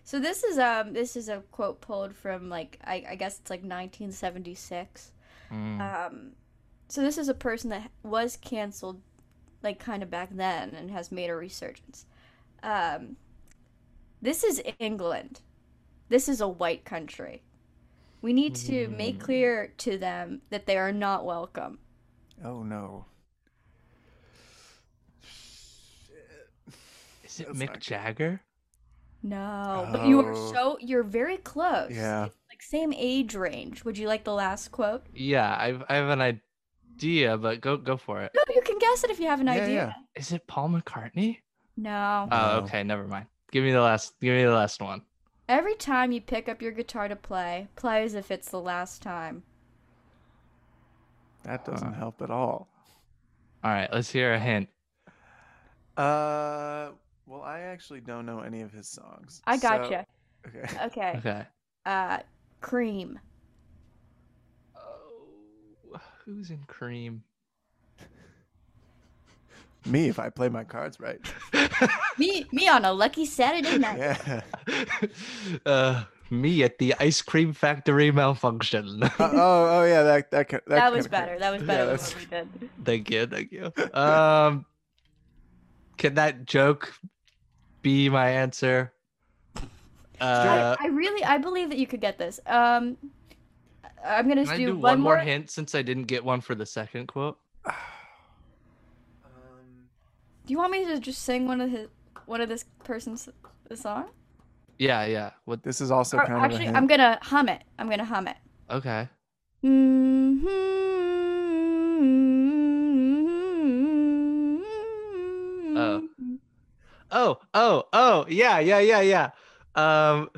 [SPEAKER 3] So this is um this is a quote pulled from like I, I guess it's like 1976.
[SPEAKER 6] Mm.
[SPEAKER 3] Um, so this is a person that was canceled, like kind of back then, and has made a resurgence. Um, this is England. This is a white country. We need to make
[SPEAKER 6] Mm.
[SPEAKER 3] clear to them that they are not welcome.
[SPEAKER 2] Oh no.
[SPEAKER 6] Is it
[SPEAKER 2] that's
[SPEAKER 6] Mick
[SPEAKER 2] not good.
[SPEAKER 6] Jagger?
[SPEAKER 3] No, but you are
[SPEAKER 2] Oh.
[SPEAKER 3] so you're very close.
[SPEAKER 2] Yeah.
[SPEAKER 3] It's like same age range. Would you like the last quote?
[SPEAKER 6] Yeah, I've I have an idea, but go go for it.
[SPEAKER 3] No, you can guess it if you have an
[SPEAKER 2] Yeah,
[SPEAKER 3] idea.
[SPEAKER 2] yeah.
[SPEAKER 6] Is it Paul McCartney?
[SPEAKER 3] No.
[SPEAKER 6] Oh,
[SPEAKER 2] No.
[SPEAKER 6] okay, never mind. Give me the last. Give me the last one.
[SPEAKER 3] Every time you pick up your guitar to play, play as if it's the last time.
[SPEAKER 2] That doesn't
[SPEAKER 6] Uh.
[SPEAKER 2] help at all.
[SPEAKER 6] All right, let's hear a hint.
[SPEAKER 2] Uh well I actually don't know any of his songs.
[SPEAKER 3] I
[SPEAKER 2] so-
[SPEAKER 3] gotcha.
[SPEAKER 2] Okay.
[SPEAKER 3] Okay.
[SPEAKER 6] Okay.
[SPEAKER 3] Uh, cream.
[SPEAKER 6] Oh, who's in Cream?
[SPEAKER 2] Me if I play my cards right.
[SPEAKER 3] Me, me on a lucky Saturday night.
[SPEAKER 2] Yeah.
[SPEAKER 6] uh, me at the ice cream factory malfunction.
[SPEAKER 2] Uh, oh, oh yeah, that that could, that,
[SPEAKER 3] That
[SPEAKER 2] could
[SPEAKER 3] was
[SPEAKER 2] occur.
[SPEAKER 3] better. That was better than
[SPEAKER 2] that's-
[SPEAKER 3] what we did.
[SPEAKER 6] thank you, thank you. Um, can that joke be my answer? Uh,
[SPEAKER 3] I, I really, I believe that you could get this. Um, I- I'm gonna
[SPEAKER 6] can
[SPEAKER 3] just
[SPEAKER 6] I
[SPEAKER 3] do,
[SPEAKER 6] do one more hint since I didn't get one for the second quote?
[SPEAKER 2] Um,
[SPEAKER 3] Do you want me to just sing one of his, one of this person's the song?
[SPEAKER 6] Yeah, yeah. What?
[SPEAKER 2] this is also
[SPEAKER 3] Or
[SPEAKER 2] kind of a
[SPEAKER 3] actually,
[SPEAKER 2] hint.
[SPEAKER 3] I'm gonna hum it. I'm gonna hum it. Mm-hmm.
[SPEAKER 6] Okay.
[SPEAKER 3] Oh.
[SPEAKER 6] Oh, oh, oh, yeah, yeah, yeah, yeah. Um,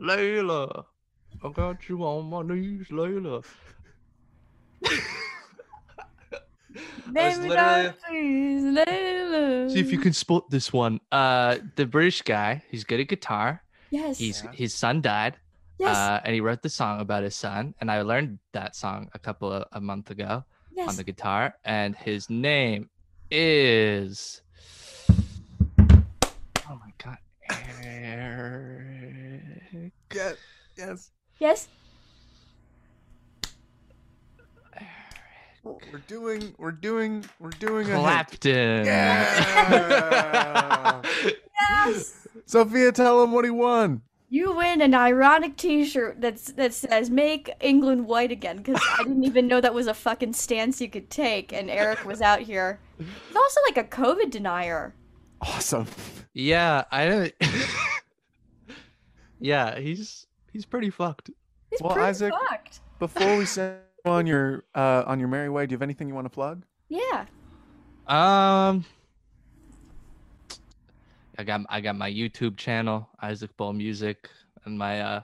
[SPEAKER 6] Layla, I got you on my knees, Layla. was
[SPEAKER 3] Baby,
[SPEAKER 6] literally-
[SPEAKER 3] don't please, Layla.
[SPEAKER 6] See if you can spot this one. Uh, the British guy, he's good at guitar.
[SPEAKER 3] Yes.
[SPEAKER 6] He's
[SPEAKER 2] Yeah.
[SPEAKER 6] his son died,
[SPEAKER 3] yes.
[SPEAKER 6] uh, and he wrote the song about his son. And I learned that song a couple of a month ago on
[SPEAKER 3] yes.
[SPEAKER 6] the guitar. And his name is. Oh my god, Eric.
[SPEAKER 2] Yeah, yes,
[SPEAKER 3] yes.
[SPEAKER 2] we're doing, we're doing, we're doing a hint.
[SPEAKER 6] Clapton.
[SPEAKER 2] Yeah.
[SPEAKER 3] Yes.
[SPEAKER 2] Sophia, tell him what he won.
[SPEAKER 3] You win an ironic T-shirt that's that says "Make England White Again" because I didn't even know that was a fucking stance you could take, and Eric was out here. He's also like a COVID denier.
[SPEAKER 2] Awesome.
[SPEAKER 6] yeah, I don't. yeah, he's he's pretty fucked.
[SPEAKER 3] He's
[SPEAKER 2] Well,
[SPEAKER 3] pretty
[SPEAKER 2] Isaac-
[SPEAKER 3] fucked.
[SPEAKER 2] Before we send you on your uh, on your merry way, do you have anything you want to plug?
[SPEAKER 3] Yeah.
[SPEAKER 6] Um, I got I got my YouTube channel Isaac Ball Music and my uh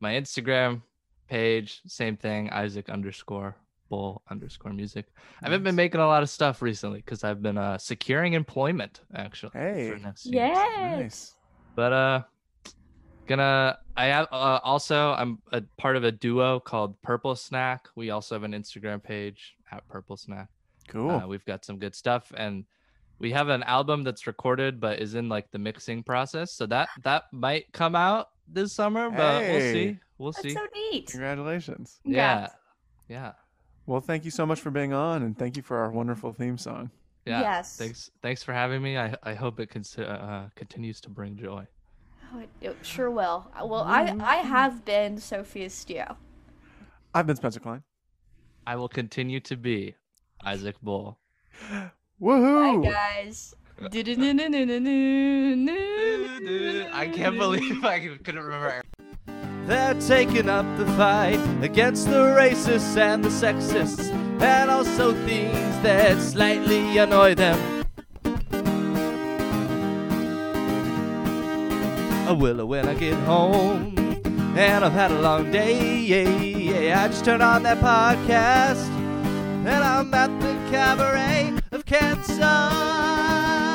[SPEAKER 6] my Instagram page same thing Isaac underscore Ball underscore Music. I haven't been
[SPEAKER 2] Nice.
[SPEAKER 6] making a lot of stuff recently because I've been uh securing employment actually. for
[SPEAKER 2] Hey.
[SPEAKER 6] next year, so-
[SPEAKER 3] Yes.
[SPEAKER 2] Nice.
[SPEAKER 6] but uh gonna i have uh, also i'm a part of a duo called purple snack we also have an instagram page at purple snack
[SPEAKER 2] Cool.
[SPEAKER 6] uh, we've got some good stuff and we have an album that's recorded but is in like the mixing process so that that might come out this summer but we'll
[SPEAKER 2] Hey.
[SPEAKER 6] see we'll
[SPEAKER 3] That's
[SPEAKER 6] see
[SPEAKER 3] so neat.
[SPEAKER 2] Congratulations.
[SPEAKER 6] yeah yeah
[SPEAKER 2] Well, thank you so much for being on, and thank you for our wonderful theme song.
[SPEAKER 6] yeah
[SPEAKER 3] Yes.
[SPEAKER 6] thanks thanks for having me i i hope it cons- uh, continues to bring joy
[SPEAKER 3] Oh, it, it sure will. I- Well, I I have been Sophia Steele.
[SPEAKER 2] I've been Spencer Klein.
[SPEAKER 7] I will continue to be Isaac Bull.
[SPEAKER 3] Bye,
[SPEAKER 2] Woohoo!
[SPEAKER 3] guys. Du-du-du-du-du-du-du.
[SPEAKER 7] I can't believe I couldn't remember.
[SPEAKER 6] They're taking up the fight against the racists and the sexists, and also things that slightly annoy them. I will when I get home, and I've had a long day. yeah, yeah. I just turn on that podcast, and I'm at the cabaret of cancer.